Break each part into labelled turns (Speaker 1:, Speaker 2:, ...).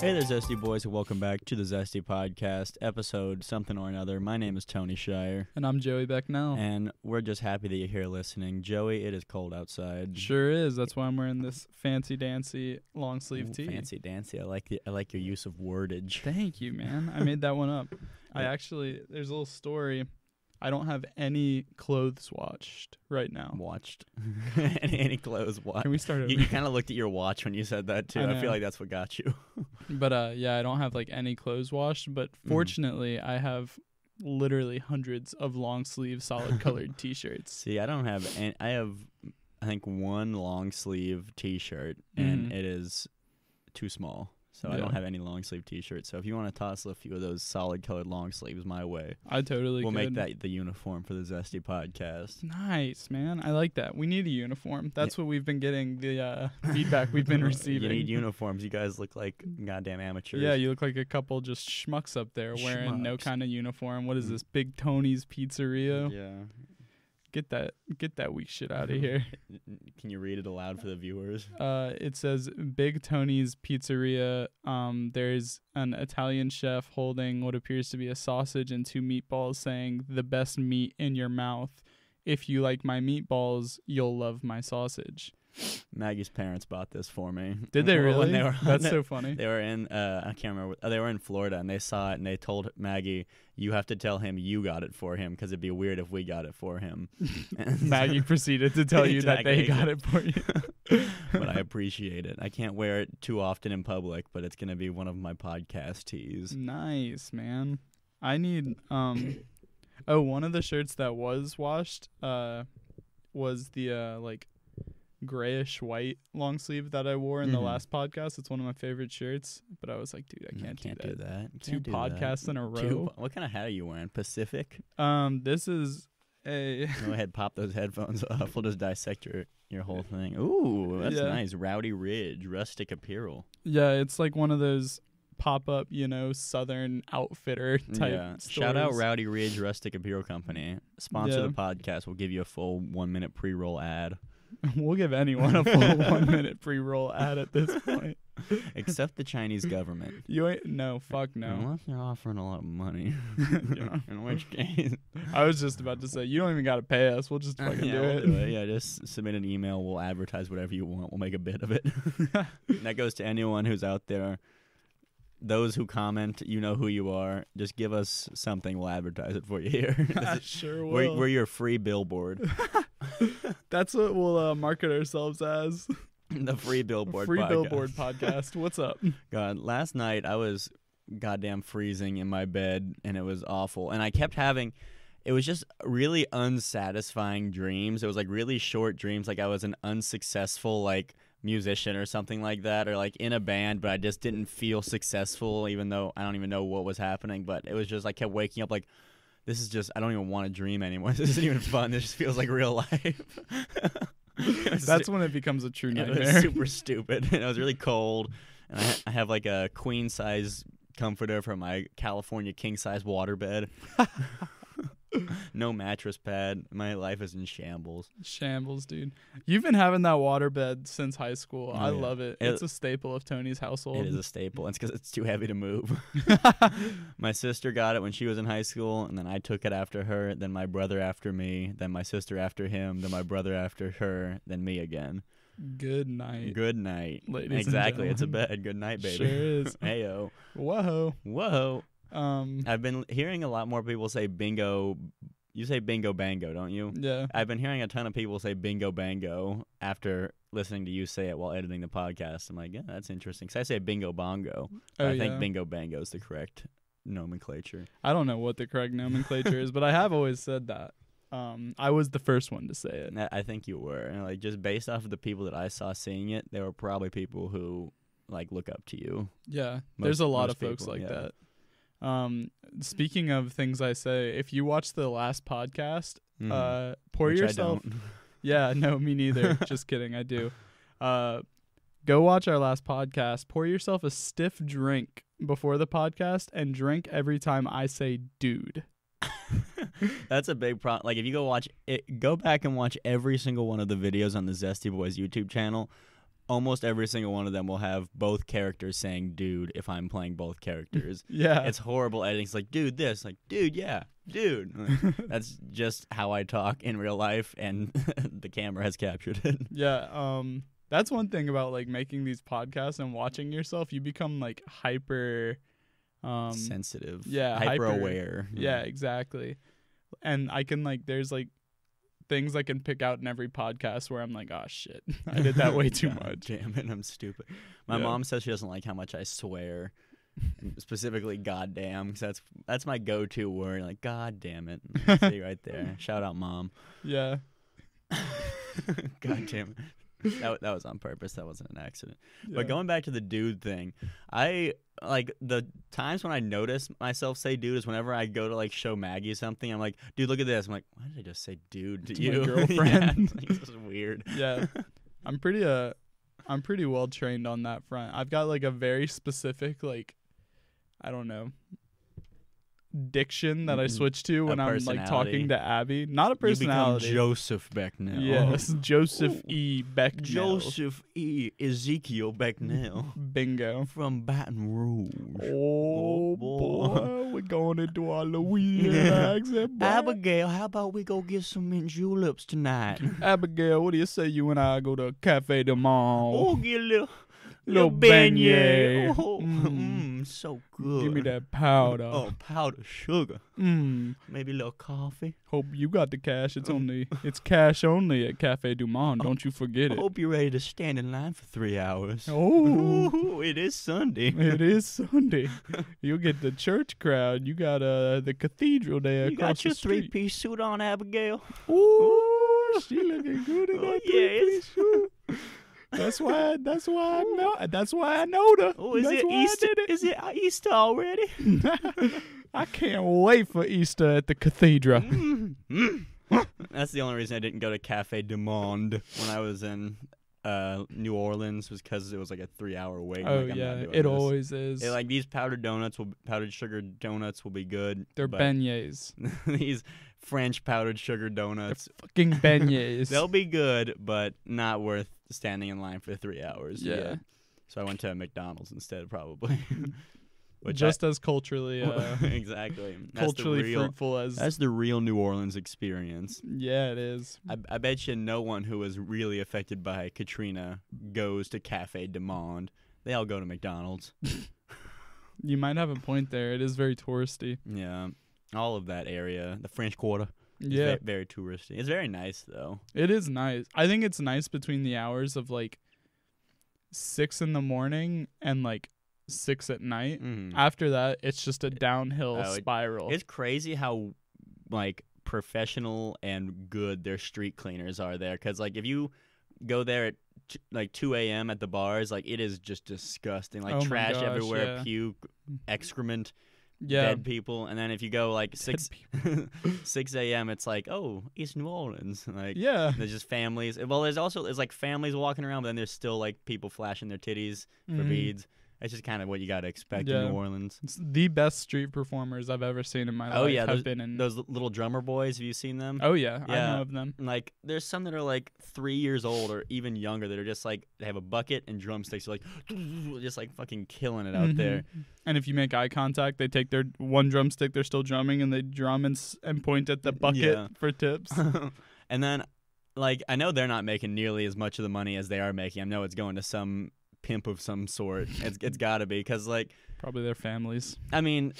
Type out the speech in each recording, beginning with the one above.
Speaker 1: Hey there, Zesty Boys, and welcome back to the Zesty Podcast, episode something or another. My name is Tony Shire,
Speaker 2: And I'm Joey Becknell.
Speaker 1: and we're just happy that you're here listening. Joey, it is cold outside.
Speaker 2: Sure is. That's why I'm wearing this fancy dancy long sleeve
Speaker 1: Ooh,
Speaker 2: tee.
Speaker 1: Fancy dancy. I like the I like your use of wordage.
Speaker 2: Thank you, man. I made that one up. I
Speaker 1: Yeah.
Speaker 2: actually there's a little story. I don't have any clothes watched right now.
Speaker 1: Watched. and any clothes watched.
Speaker 2: Can we start
Speaker 1: You,
Speaker 2: over?
Speaker 1: you kind of looked at your watch when you said that too.
Speaker 2: I
Speaker 1: I,
Speaker 2: know.
Speaker 1: feel like that's what got you.
Speaker 2: but uh yeah, I don't have like any clothes washed, but
Speaker 1: Mm.
Speaker 2: fortunately I have literally hundreds of long sleeve solid colored t-shirts.
Speaker 1: See, I don't have. An- I have, I think, one long sleeve T-shirt, and
Speaker 2: Mhm.
Speaker 1: it is too small. So I
Speaker 2: Yeah.
Speaker 1: don't have any long sleeve T-shirts. So if you want to toss a few of those solid colored long sleeves my way,
Speaker 2: I totally
Speaker 1: we'll make
Speaker 2: could.
Speaker 1: that the uniform for the Zesty Podcast.
Speaker 2: Nice, man. I like that. We need a uniform. That's what we've been getting the uh, feedback we've been receiving.
Speaker 1: You need uniforms. You guys look like goddamn amateurs.
Speaker 2: Yeah, you look like a couple just schmucks up there wearing no
Speaker 1: Schmucks.
Speaker 2: kind of uniform. What is
Speaker 1: Mm.
Speaker 2: this, Big Tony's Pizzeria?
Speaker 1: Yeah. Mm-hmm.
Speaker 2: Get that, get that weak shit out of here.
Speaker 1: Can you read it aloud for the viewers?
Speaker 2: Uh, it says Big Tony's Pizzeria. Um, there's an Italian chef holding what appears to be a sausage and two meatballs, saying, "The best meat in your mouth. If you like my meatballs, you'll love my sausage."
Speaker 1: Maggie's parents bought this for me.
Speaker 2: Did they really?
Speaker 1: When they were
Speaker 2: That's
Speaker 1: on
Speaker 2: so funny.
Speaker 1: They were in uh, I can't remember. They were in Florida and they saw it and they told Maggie, "You have to tell him you got it for him because it'd be weird if we got it for him." And
Speaker 2: Maggie proceeded to tell you that they
Speaker 1: Exactly,
Speaker 2: got it for you.
Speaker 1: but I appreciate it. I can't wear it too often in public, but it's gonna be one of my podcast tees.
Speaker 2: Nice, man. I need um oh, one of the shirts that was washed uh was the uh like grayish white long sleeve that I wore in the
Speaker 1: Mhm.
Speaker 2: last podcast. It's one of my favorite shirts, but I was like, dude, I
Speaker 1: Mm,
Speaker 2: can't,
Speaker 1: can't
Speaker 2: do that.
Speaker 1: that.
Speaker 2: Two
Speaker 1: Can't do that.
Speaker 2: podcasts in a
Speaker 1: Two,
Speaker 2: row.
Speaker 1: po- what kind of hat are you wearing? Pacific.
Speaker 2: Um this is a
Speaker 1: Go ahead, pop those headphones off. We'll just dissect your your whole thing. Ooh, that's
Speaker 2: Yeah.
Speaker 1: nice. Rowdy Ridge, rustic apparel.
Speaker 2: yeah, it's like one of those pop up, you know, southern outfitter type
Speaker 1: yeah. Shout out
Speaker 2: stores.
Speaker 1: Rowdy Ridge Rustic Apparel Company. Sponsor the podcast. We'll give you a full one minute pre roll ad.
Speaker 2: we'll give anyone a full one minute pre roll ad at this point.
Speaker 1: Except the Chinese government.
Speaker 2: You ain't no, fuck no.
Speaker 1: Unless they're offering a lot of money.
Speaker 2: Yeah.
Speaker 1: In which case
Speaker 2: I was just about to say, you don't even gotta pay us. We'll just fucking
Speaker 1: yeah,
Speaker 2: do,
Speaker 1: we'll
Speaker 2: it.
Speaker 1: do it. Yeah, just submit an email. We'll advertise whatever you want. We'll make a bit of it. And that goes to anyone who's out there. Those who comment, you know who you are. Just give us something. We'll advertise it for you here.
Speaker 2: I
Speaker 1: This is-
Speaker 2: sure will.
Speaker 1: we're, we're your free billboard.
Speaker 2: That's what we'll uh, market ourselves as.
Speaker 1: the free billboard.
Speaker 2: Free
Speaker 1: podcast.
Speaker 2: Billboard podcast. What's up?
Speaker 1: God, last night I was goddamn freezing in my bed and it was awful. And I kept having it was just really unsatisfying dreams. It was like really short dreams like I was an unsuccessful like musician or something like that or like in a band but I just didn't feel successful even though I don't even know what was happening, but it was just I kept waking up like this is just I don't even want to dream anymore. This isn't even fun. This just feels like real life. It was
Speaker 2: That's when it becomes a true
Speaker 1: it was
Speaker 2: nightmare.
Speaker 1: super stupid, and it was really cold. And I, I have like a queen size comforter for my California king size waterbed. no mattress pad. My life is in shambles.
Speaker 2: Shambles, dude. You've been having that waterbed since high school.
Speaker 1: Oh,
Speaker 2: I
Speaker 1: yeah.
Speaker 2: love it.
Speaker 1: It-
Speaker 2: It's a staple of Tony's
Speaker 1: It
Speaker 2: household.
Speaker 1: is a staple. It's because it's too heavy to move. my sister got it when she was in high school, and then I took it after her. Then my brother after me. Then my sister after him. Then my brother after her. Then me again.
Speaker 2: Good night.
Speaker 1: Good night.
Speaker 2: Ladies and
Speaker 1: exactly. It's a
Speaker 2: gentlemen.
Speaker 1: bed. Good night, baby.
Speaker 2: Sure is.
Speaker 1: Heyo.
Speaker 2: Whoa.
Speaker 1: Whoa.
Speaker 2: Um.
Speaker 1: I've been hearing a lot more people say bingo. You say bingo bango, don't you?
Speaker 2: Yeah.
Speaker 1: I've been hearing a ton of people say bingo bango after listening to you say it while editing the podcast. I'm like, yeah, that's interesting. 'Cause I say bingo bongo.
Speaker 2: Oh,
Speaker 1: I think
Speaker 2: yeah.
Speaker 1: bingo bango is the correct nomenclature.
Speaker 2: I don't know what the correct nomenclature is, but I have always said that. Um, I was the first one to say it.
Speaker 1: And I I think you were. And like, just based off of the people that I saw seeing it, there were probably people who like look up to you.
Speaker 2: Yeah, there's a
Speaker 1: Most-
Speaker 2: lot
Speaker 1: most
Speaker 2: of folks
Speaker 1: people,
Speaker 2: like
Speaker 1: yeah.
Speaker 2: that. Um, speaking of things I say, if you watch the last podcast, uh, pour
Speaker 1: Mm. Which I
Speaker 2: yourself.
Speaker 1: don't.
Speaker 2: Yeah, no, me neither. Just kidding, I do. Uh, go watch our last podcast. Pour yourself a stiff drink before the podcast and drink every time I say "dude."
Speaker 1: That's a big problem. Like if you go watch it, go back and watch every single one of the videos on the Zesty Boys YouTube channel almost every single one of them will have both characters saying "dude" if I'm playing both characters.
Speaker 2: Yeah.
Speaker 1: it's horrible editing. It's like, "dude, this," like, "dude, yeah, dude." That's just how I talk in real life, and the camera has captured it.
Speaker 2: yeah. Um that's one thing about like making these podcasts and watching yourself, you become like hyper um
Speaker 1: Sensitive,
Speaker 2: yeah,
Speaker 1: hyper
Speaker 2: hyper-
Speaker 1: aware.
Speaker 2: Yeah, exactly. And I can like there's like things I can pick out in every podcast where I'm like, oh shit. I did that way too
Speaker 1: God
Speaker 2: much.
Speaker 1: Damn it, I'm stupid. My
Speaker 2: Yeah.
Speaker 1: mom says she doesn't like how much I swear, and specifically "goddamn" because that's that's my go-to word. Like "god damn it," see right there. Shout out, mom.
Speaker 2: Yeah.
Speaker 1: God damn it. That, that was on purpose. That wasn't an accident.
Speaker 2: yeah.
Speaker 1: But going back to the dude thing, I like the times when I notice myself say dude is whenever I go to like show Maggie something. I'm like, dude, look at this. I'm like, why did I just say dude to,
Speaker 2: To my
Speaker 1: you? yeah,
Speaker 2: girlfriend.
Speaker 1: it's, like, this is weird.
Speaker 2: yeah i'm pretty uh i'm pretty well trained on that front i've got like a very specific like i don't know diction that i
Speaker 1: Mm,
Speaker 2: switch to when i'm like
Speaker 1: personality.
Speaker 2: talking to abby not a
Speaker 1: You
Speaker 2: personality
Speaker 1: become Joseph Becknell.
Speaker 2: yes joseph e beck
Speaker 1: Joseph E. Ezekiel Becknell
Speaker 2: bingo
Speaker 1: from Baton Rouge. boy.
Speaker 2: oh boy we're going into our louisiana
Speaker 1: Yeah.
Speaker 2: accent boy.
Speaker 1: Abigail, how about we go get some mint juleps tonight?
Speaker 2: abigail what do you say you and i go to cafe de Monde?
Speaker 1: Oh, get a little,
Speaker 2: Little
Speaker 1: little beignet.
Speaker 2: beignet.
Speaker 1: Oh,
Speaker 2: Mm.
Speaker 1: mm. so good.
Speaker 2: give me that powder
Speaker 1: Oh, powdered sugar.
Speaker 2: mm.
Speaker 1: Maybe a little coffee.
Speaker 2: Hope you got the cash. It's only it's cash only at Cafe Du Monde. Don't you forget
Speaker 1: I
Speaker 2: it.
Speaker 1: hope you're ready to stand in line for three hours.
Speaker 2: Oh,
Speaker 1: Ooh, it is Sunday.
Speaker 2: it is Sunday. You get the church crowd. You got uh the cathedral there
Speaker 1: you
Speaker 2: across
Speaker 1: got your
Speaker 2: the street.
Speaker 1: three-piece suit on, Abigail?
Speaker 2: Ooh, she looking good in
Speaker 1: Oh,
Speaker 2: that
Speaker 1: yeah,
Speaker 2: three-piece suit. That's why. That's why I know. That's why I know her.
Speaker 1: Oh, is
Speaker 2: that's
Speaker 1: it
Speaker 2: why I
Speaker 1: Easter?
Speaker 2: did it.
Speaker 1: Is it Easter already?
Speaker 2: I can't wait for Easter at the cathedral.
Speaker 1: That's the only reason I didn't go to Cafe Du Monde when I was in uh, New Orleans was because it was like a three-hour wait.
Speaker 2: Oh
Speaker 1: like, I'm not
Speaker 2: yeah,
Speaker 1: doing
Speaker 2: it
Speaker 1: this.
Speaker 2: always is.
Speaker 1: Yeah, like these powdered donuts will powdered sugar donuts will be good.
Speaker 2: They're
Speaker 1: but
Speaker 2: beignets.
Speaker 1: these French powdered sugar donuts.
Speaker 2: Fucking beignets.
Speaker 1: They'll be good, but not worth standing in line for three hours. to
Speaker 2: Yeah.
Speaker 1: get. So I went to McDonald's instead, probably. Which I-
Speaker 2: just as culturally uh,
Speaker 1: exactly that's the
Speaker 2: culturally
Speaker 1: real.
Speaker 2: fruitful as
Speaker 1: That's the real New Orleans experience.
Speaker 2: yeah it is
Speaker 1: I, I bet you no one who was really affected by Katrina goes to Cafe Du Monde. They all go to McDonald's.
Speaker 2: you might have a point there it is very touristy
Speaker 1: Yeah, all of that area, the French Quarter. is
Speaker 2: yeah
Speaker 1: ve- very, touristy. It's very nice though.
Speaker 2: it is nice i think it's nice between the hours of like six in the morning and like six at night
Speaker 1: Mm.
Speaker 2: after that it's just a downhill
Speaker 1: Oh, it-
Speaker 2: spiral
Speaker 1: It's crazy how like professional and good their street cleaners are there. Cause like if you go there at t- like 2 a.m. at the bars, like it is just disgusting. Like
Speaker 2: Oh my
Speaker 1: trash
Speaker 2: gosh,
Speaker 1: everywhere,
Speaker 2: yeah.
Speaker 1: puke, excrement,
Speaker 2: yeah
Speaker 1: dead people. And then if you go like six six a.m., it's like oh East New Orleans, like.
Speaker 2: yeah
Speaker 1: There's just families. Well, there's also there's like families walking around, but then there's still like people flashing their titties for
Speaker 2: Mhm.
Speaker 1: beads. That's just kind of what you gotta expect
Speaker 2: Yeah.
Speaker 1: in New Orleans.
Speaker 2: It's the best street performers i've ever seen in my
Speaker 1: Oh,
Speaker 2: life
Speaker 1: yeah,
Speaker 2: have been in
Speaker 1: Those l- little drummer boys, have you seen them?
Speaker 2: oh yeah, i
Speaker 1: Yeah.
Speaker 2: know of them
Speaker 1: Like, there's some that are like three years old or even younger that are just like they have a bucket and drumsticks, like just like fucking killing it out there.
Speaker 2: Mhm. And if you make eye contact, they take their one drumstick they're still drumming and they drum and, s- and point at the bucket
Speaker 1: Yeah.
Speaker 2: for tips.
Speaker 1: and then, like, I know they're not making nearly as much of the money as they are making. I know it's going to some pimp of some sort. it's it's gotta be because like
Speaker 2: Probably their families.
Speaker 1: I mean,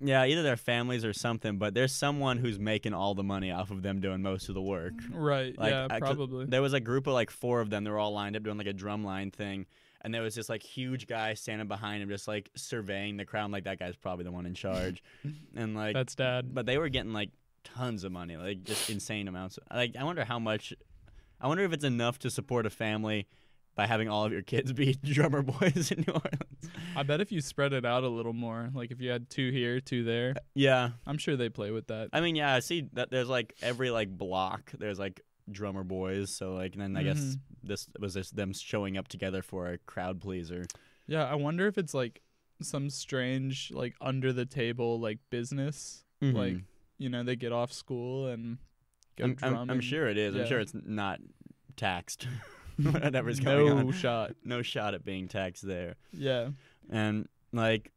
Speaker 1: yeah, either their families or something, but there's someone who's making all the money off of them doing most of the work.
Speaker 2: Right.
Speaker 1: Like,
Speaker 2: yeah,
Speaker 1: I could-
Speaker 2: probably.
Speaker 1: There was a group of like four of them. They were all lined up doing like a drum line thing. And there was this like huge guy standing behind him, just like surveying the crowd. I'm like, that guy's probably the one in charge. and like,
Speaker 2: That's dad.
Speaker 1: but they were getting like tons of money, like just insane amounts. Like, I wonder how much, I wonder if it's enough to support a family by having all of your kids be drummer boys in New Orleans.
Speaker 2: I bet if you spread it out a little more, like if you had two here, two there,
Speaker 1: Uh, Yeah.
Speaker 2: I'm sure they play with that.
Speaker 1: I mean, yeah, I see that there's like every like block there's like drummer boys. So like and then I guess
Speaker 2: Mhm.
Speaker 1: this was just them showing up together for a crowd pleaser.
Speaker 2: Yeah, I wonder if it's like some strange, like under the table, like business. Like,
Speaker 1: Mhm.
Speaker 2: you know, they get off school and go
Speaker 1: I'm, I'm-
Speaker 2: drum.
Speaker 1: I'm
Speaker 2: and-
Speaker 1: sure it is.
Speaker 2: yeah.
Speaker 1: I'm sure it's not taxed. whatever's going
Speaker 2: no
Speaker 1: on.
Speaker 2: shot.
Speaker 1: No shot at being taxed there.
Speaker 2: Yeah.
Speaker 1: And like,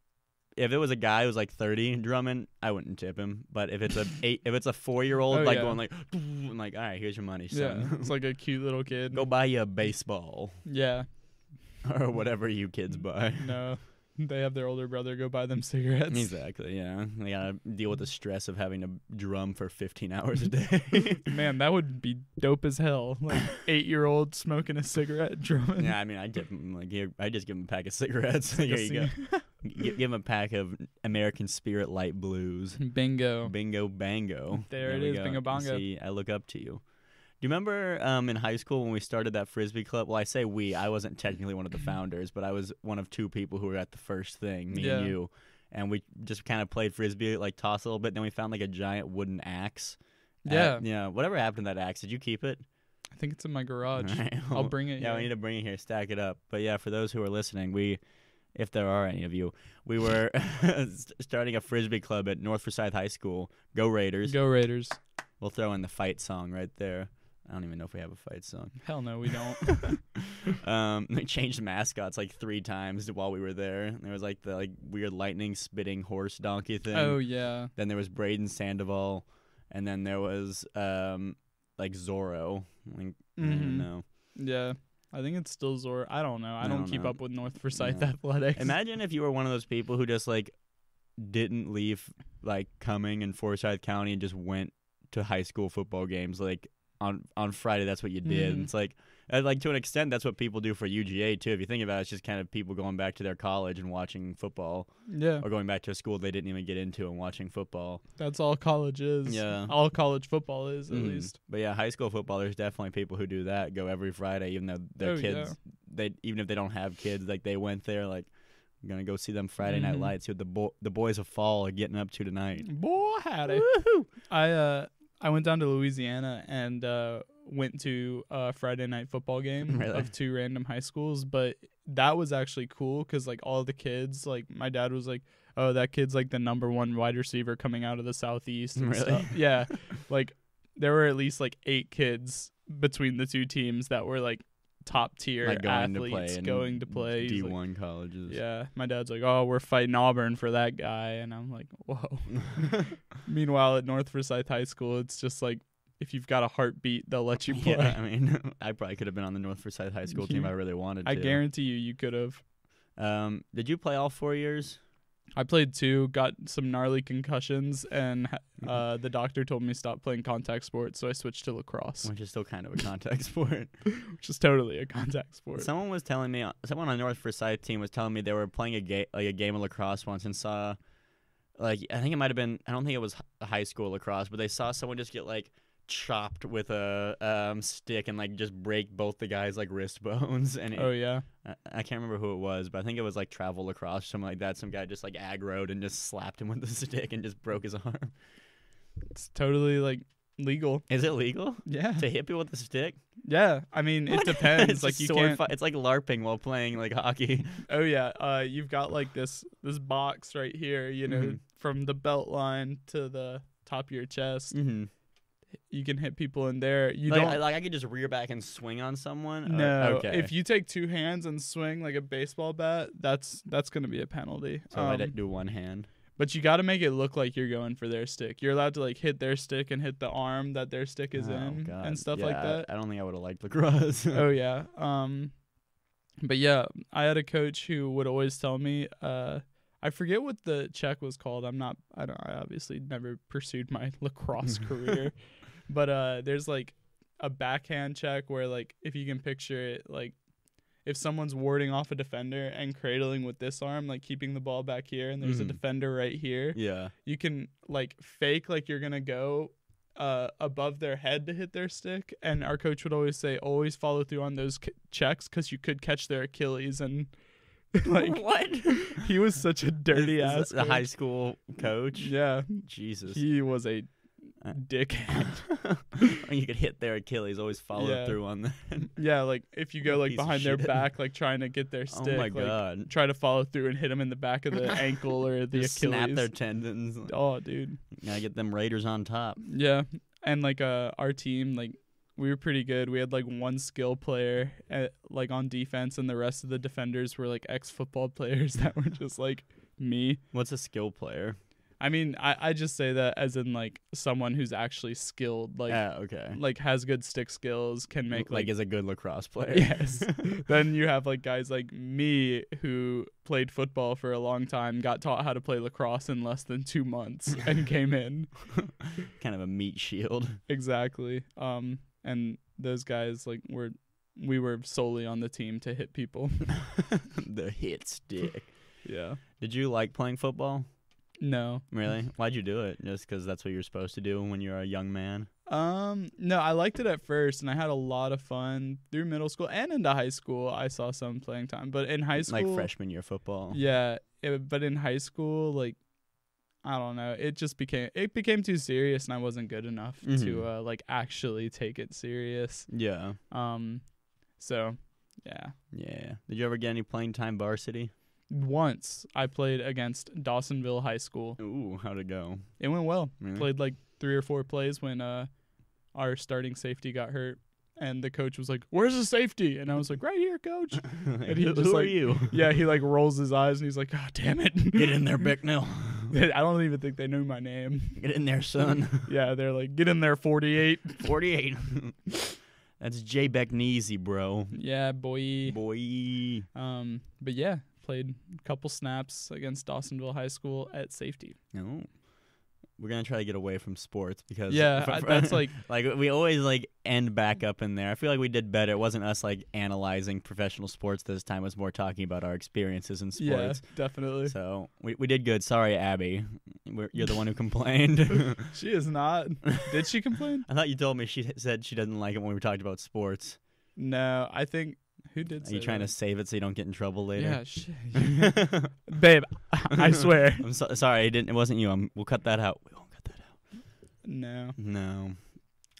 Speaker 1: if it was a guy who's like thirty drumming, I wouldn't tip him. But if it's a eight, if it's a four year old
Speaker 2: Oh,
Speaker 1: like
Speaker 2: yeah.
Speaker 1: going like, and like, all right, here's your money,
Speaker 2: Yeah.
Speaker 1: son.
Speaker 2: It's like a cute little kid.
Speaker 1: Go buy you a baseball
Speaker 2: Yeah.
Speaker 1: or whatever you kids
Speaker 2: Mm.
Speaker 1: buy.
Speaker 2: No. They have their older brother go buy them cigarettes.
Speaker 1: Exactly. Yeah, they gotta deal
Speaker 2: Mm.
Speaker 1: with the stress of having to drum for 15 hours a day.
Speaker 2: Man, that would be dope as hell. Like eight year old smoking a cigarette drumming.
Speaker 1: yeah, I mean, I dip him like here. I just give him a pack of cigarettes. Like,
Speaker 2: Like a
Speaker 1: here you go. Gi- give him a pack of American Spirit Light Blues.
Speaker 2: cig- Bingo.
Speaker 1: Bingo, bango.
Speaker 2: There it
Speaker 1: we
Speaker 2: is,
Speaker 1: go.
Speaker 2: bingo
Speaker 1: You
Speaker 2: bongo.
Speaker 1: See, I look up to you. Do you remember um, in high school when we started that frisbee club? Well, I say we. I wasn't technically one of the founders, but I was one of two people who were at the first thing, me
Speaker 2: Yeah.
Speaker 1: and you. And we just kind of played frisbee, like toss a little bit. Then we found like a giant wooden axe. at-
Speaker 2: Yeah.
Speaker 1: yeah. Whatever happened to that axe? Did you keep it?
Speaker 2: I think it's in my garage.
Speaker 1: All right,
Speaker 2: Uh, I'll
Speaker 1: well,
Speaker 2: bring it.
Speaker 1: Yeah, we need to bring it here, stack it up. But yeah, for those who are listening, we, if there are any of you, we were st- starting a frisbee club at North Forsyth High School. Go Raiders!
Speaker 2: Go Raiders.
Speaker 1: We'll throw in the fight song right there. I don't even know if we have a fight song.
Speaker 2: Hell no, we don't.
Speaker 1: Um, they changed mascots like three times while we were there. And There was like the like weird lightning spitting horse donkey thing.
Speaker 2: oh yeah.
Speaker 1: Then there was Braden Sandoval, and then there was um like Zorro. Like, I
Speaker 2: Mhm.
Speaker 1: don't know.
Speaker 2: Yeah. I think it's still Zor. I don't know. I
Speaker 1: I
Speaker 2: don't,
Speaker 1: don't
Speaker 2: keep
Speaker 1: know.
Speaker 2: up with North Forsyth
Speaker 1: No.
Speaker 2: athletics.
Speaker 1: Imagine if you were one of those people who just like didn't leave like coming in Forsyth County and just went to high school football games like on on Friday that's what you did. And
Speaker 2: Mhm.
Speaker 1: it's like and, like to an extent that's what people do for UGA too. If you think about it, it's just kind of people going back to their college and watching football
Speaker 2: yeah.
Speaker 1: or going back to a school they didn't even get into and watching football.
Speaker 2: That's all college is.
Speaker 1: Yeah.
Speaker 2: All college football is at
Speaker 1: Mhm.
Speaker 2: least.
Speaker 1: But yeah, high school football there's definitely people who do that, go every Friday even though their
Speaker 2: Oh, yeah.
Speaker 1: kids they even if they don't have kids, like they went there like I'm gonna go see them Friday Night
Speaker 2: Mhm.
Speaker 1: Lights. See what the bo- the boys of fall are getting up to tonight.
Speaker 2: Boy howdy.
Speaker 1: Woohoo!
Speaker 2: I uh I went down to Louisiana and uh went to a Friday night football game
Speaker 1: Really?
Speaker 2: of two random high schools, but that was actually cool cuz like all the kids like my dad was like, "Oh, that kid's like the number 1 wide receiver coming out of the southeast." And
Speaker 1: Really?
Speaker 2: stuff. Yeah. like there were at least like 8 kids between the two teams that were like top tier
Speaker 1: Like going to
Speaker 2: athletes
Speaker 1: play in
Speaker 2: going to play. He's
Speaker 1: D
Speaker 2: like-
Speaker 1: one colleges.
Speaker 2: yeah, my dad's like, "Oh, we're fighting Auburn for that guy," and I'm like, "Whoa." Meanwhile, at North Forsyth High School, it's just like if you've got a heartbeat, they'll let you play.
Speaker 1: yeah. I mean, I probably could have been on the North Forsyth High School team.
Speaker 2: You-
Speaker 1: I really wanted to.
Speaker 2: I guarantee you, you could have.
Speaker 1: Um, did you play all four years?
Speaker 2: I played two, got some gnarly concussions, and
Speaker 1: Mm-hmm.
Speaker 2: uh, the doctor told me to stop playing contact sports, so I switched to lacrosse,
Speaker 1: Which is still kind of a contact sport.
Speaker 2: which is totally a contact sport.
Speaker 1: Someone was telling me, someone on the North Forsyth team was telling me they were playing a game, like a game of lacrosse once, and saw, like, I think it might have been, I don't think it was hi- high school lacrosse, but they saw someone just get like chopped with a um stick and like just break both the guys like wrist bones, and it,
Speaker 2: oh yeah,
Speaker 1: I, I can't remember who it was, but I think it was like travel lacrosse, something like that. Some guy just like aggroed and just slapped him with a stick and just broke his arm.
Speaker 2: it's totally like legal.
Speaker 1: Is it legal
Speaker 2: Yeah,
Speaker 1: to hit people with a stick?
Speaker 2: yeah. I mean, it
Speaker 1: What?
Speaker 2: depends.
Speaker 1: It's
Speaker 2: like
Speaker 1: just
Speaker 2: you
Speaker 1: sword
Speaker 2: can't.
Speaker 1: fi- it's like larping while playing like hockey.
Speaker 2: Oh yeah, uh, you've got like this this box right here, you know,
Speaker 1: Mhm.
Speaker 2: from the belt line to the top of your chest.
Speaker 1: Mm-hmm.
Speaker 2: You can hit people in there. You
Speaker 1: Like,
Speaker 2: don't.
Speaker 1: I, like I could just rear back and swing on someone. Uh,
Speaker 2: no,
Speaker 1: okay.
Speaker 2: if you take two hands and swing like a baseball bat, that's that's gonna be a penalty.
Speaker 1: so I
Speaker 2: Um,
Speaker 1: didn't do one hand.
Speaker 2: but you got to make it look like you're going for their stick. You're allowed to like hit their stick and hit the arm that their stick is
Speaker 1: Oh,
Speaker 2: in
Speaker 1: God.
Speaker 2: and stuff like
Speaker 1: Yeah,
Speaker 2: that.
Speaker 1: I don't think I would have liked lacrosse.
Speaker 2: oh yeah. Um, but yeah, I had a coach who would always tell me, uh, I forget what the check was called. I'm not. I don't. I obviously never pursued my lacrosse career, but uh, there's like a backhand check where like if you can picture it, like if someone's warding off a defender and cradling with this arm, like keeping the ball back here, and there's
Speaker 1: Mhm.
Speaker 2: a defender right here,
Speaker 1: yeah.
Speaker 2: you can like fake like you're gonna go uh, above their head to hit their stick. And our coach would always say, always follow through on those c- checks because you could catch their Achilles. And like
Speaker 1: what?
Speaker 2: he was such a dirty
Speaker 1: Is
Speaker 2: ass.
Speaker 1: The high
Speaker 2: coach.
Speaker 1: school coach.
Speaker 2: Yeah,
Speaker 1: Jesus.
Speaker 2: he was a
Speaker 1: Uh,
Speaker 2: dickhead.
Speaker 1: you could hit their Achilles. Always follow
Speaker 2: Yeah.
Speaker 1: through on Oh that.
Speaker 2: yeah, like if you
Speaker 1: What
Speaker 2: go
Speaker 1: a
Speaker 2: like
Speaker 1: piece of
Speaker 2: behind their
Speaker 1: shit.
Speaker 2: back, like trying to get their stick,
Speaker 1: oh my
Speaker 2: like
Speaker 1: god!
Speaker 2: try to follow through and hit him in the back of the ankle or the
Speaker 1: Just
Speaker 2: Achilles.
Speaker 1: snap their tendons.
Speaker 2: oh, dude.
Speaker 1: Gotta get them Raiders on top.
Speaker 2: Yeah, and like uh, our team, like we were pretty good. We had like one skill player at, like on defense, and the rest of the defenders were like ex football players that were just like me.
Speaker 1: What's a skill player?
Speaker 2: I mean, I, I just say that as in like someone who's actually skilled, like
Speaker 1: Ah, okay.
Speaker 2: like has good stick skills, can make
Speaker 1: like,
Speaker 2: like,
Speaker 1: is a good lacrosse player.
Speaker 2: yes. then you have like guys like me who played football for a long time, got taught how to play lacrosse in less than two months, and came in
Speaker 1: kind of a meat shield.
Speaker 2: exactly. Um, and those guys like were we were solely on the team to hit people.
Speaker 1: the hit stick.
Speaker 2: yeah.
Speaker 1: Did you like playing football?
Speaker 2: No.
Speaker 1: Really? Why'd you do it? Just because that's what you're supposed to do when you're a young man?
Speaker 2: Um, no, I liked it at first, and I had a lot of fun through middle school and into high school. I saw some playing time, but in high school,
Speaker 1: Like freshman year football.
Speaker 2: yeah. It, but in high school, like, I don't know, it just became it became too serious, and I wasn't good enough to
Speaker 1: Mhm.
Speaker 2: uh, like actually take it serious.
Speaker 1: Yeah.
Speaker 2: Um, so yeah,
Speaker 1: Yeah. Did you ever get any playing time varsity?
Speaker 2: once I played against Dawsonville High School.
Speaker 1: Ooh, how'd it go?
Speaker 2: It went well.
Speaker 1: Really?
Speaker 2: played like three or four plays when uh our starting safety got hurt and the coach was like where's the safety and i was like right here coach
Speaker 1: and
Speaker 2: he
Speaker 1: who
Speaker 2: just,
Speaker 1: who are
Speaker 2: like-
Speaker 1: you?
Speaker 2: yeah he like rolls his eyes and he's like god damn it
Speaker 1: Get in there, Bicknell.
Speaker 2: i don't even think they knew my name
Speaker 1: Get in there, son.
Speaker 2: yeah they're like get in there 48
Speaker 1: 48. That's Jay Beckneasy, bro.
Speaker 2: yeah boy
Speaker 1: Boy.
Speaker 2: um but yeah played a couple snaps against dawsonville high school at safety
Speaker 1: No. We're gonna try to get away from sports because
Speaker 2: yeah
Speaker 1: fr-
Speaker 2: I-
Speaker 1: fr-
Speaker 2: that's like
Speaker 1: like we always like end back up in there. I feel like we did better. It wasn't us like analyzing professional sports this time. It was more talking about our experiences in
Speaker 2: yeah
Speaker 1: sports.
Speaker 2: definitely
Speaker 1: So we, we did good. Sorry, Abby, We're, you're the one who complained.
Speaker 2: she is not did she complain
Speaker 1: I thought you told me she said she doesn't like it when we talked about sports.
Speaker 2: no i think who did
Speaker 1: Are you
Speaker 2: say
Speaker 1: trying
Speaker 2: that?
Speaker 1: to save it so you don't get in trouble later?
Speaker 2: yeah shit. babe i swear
Speaker 1: I'm so, sorry. It didn't. It wasn't you. i we'll cut that out. We won't cut that out.
Speaker 2: no
Speaker 1: No.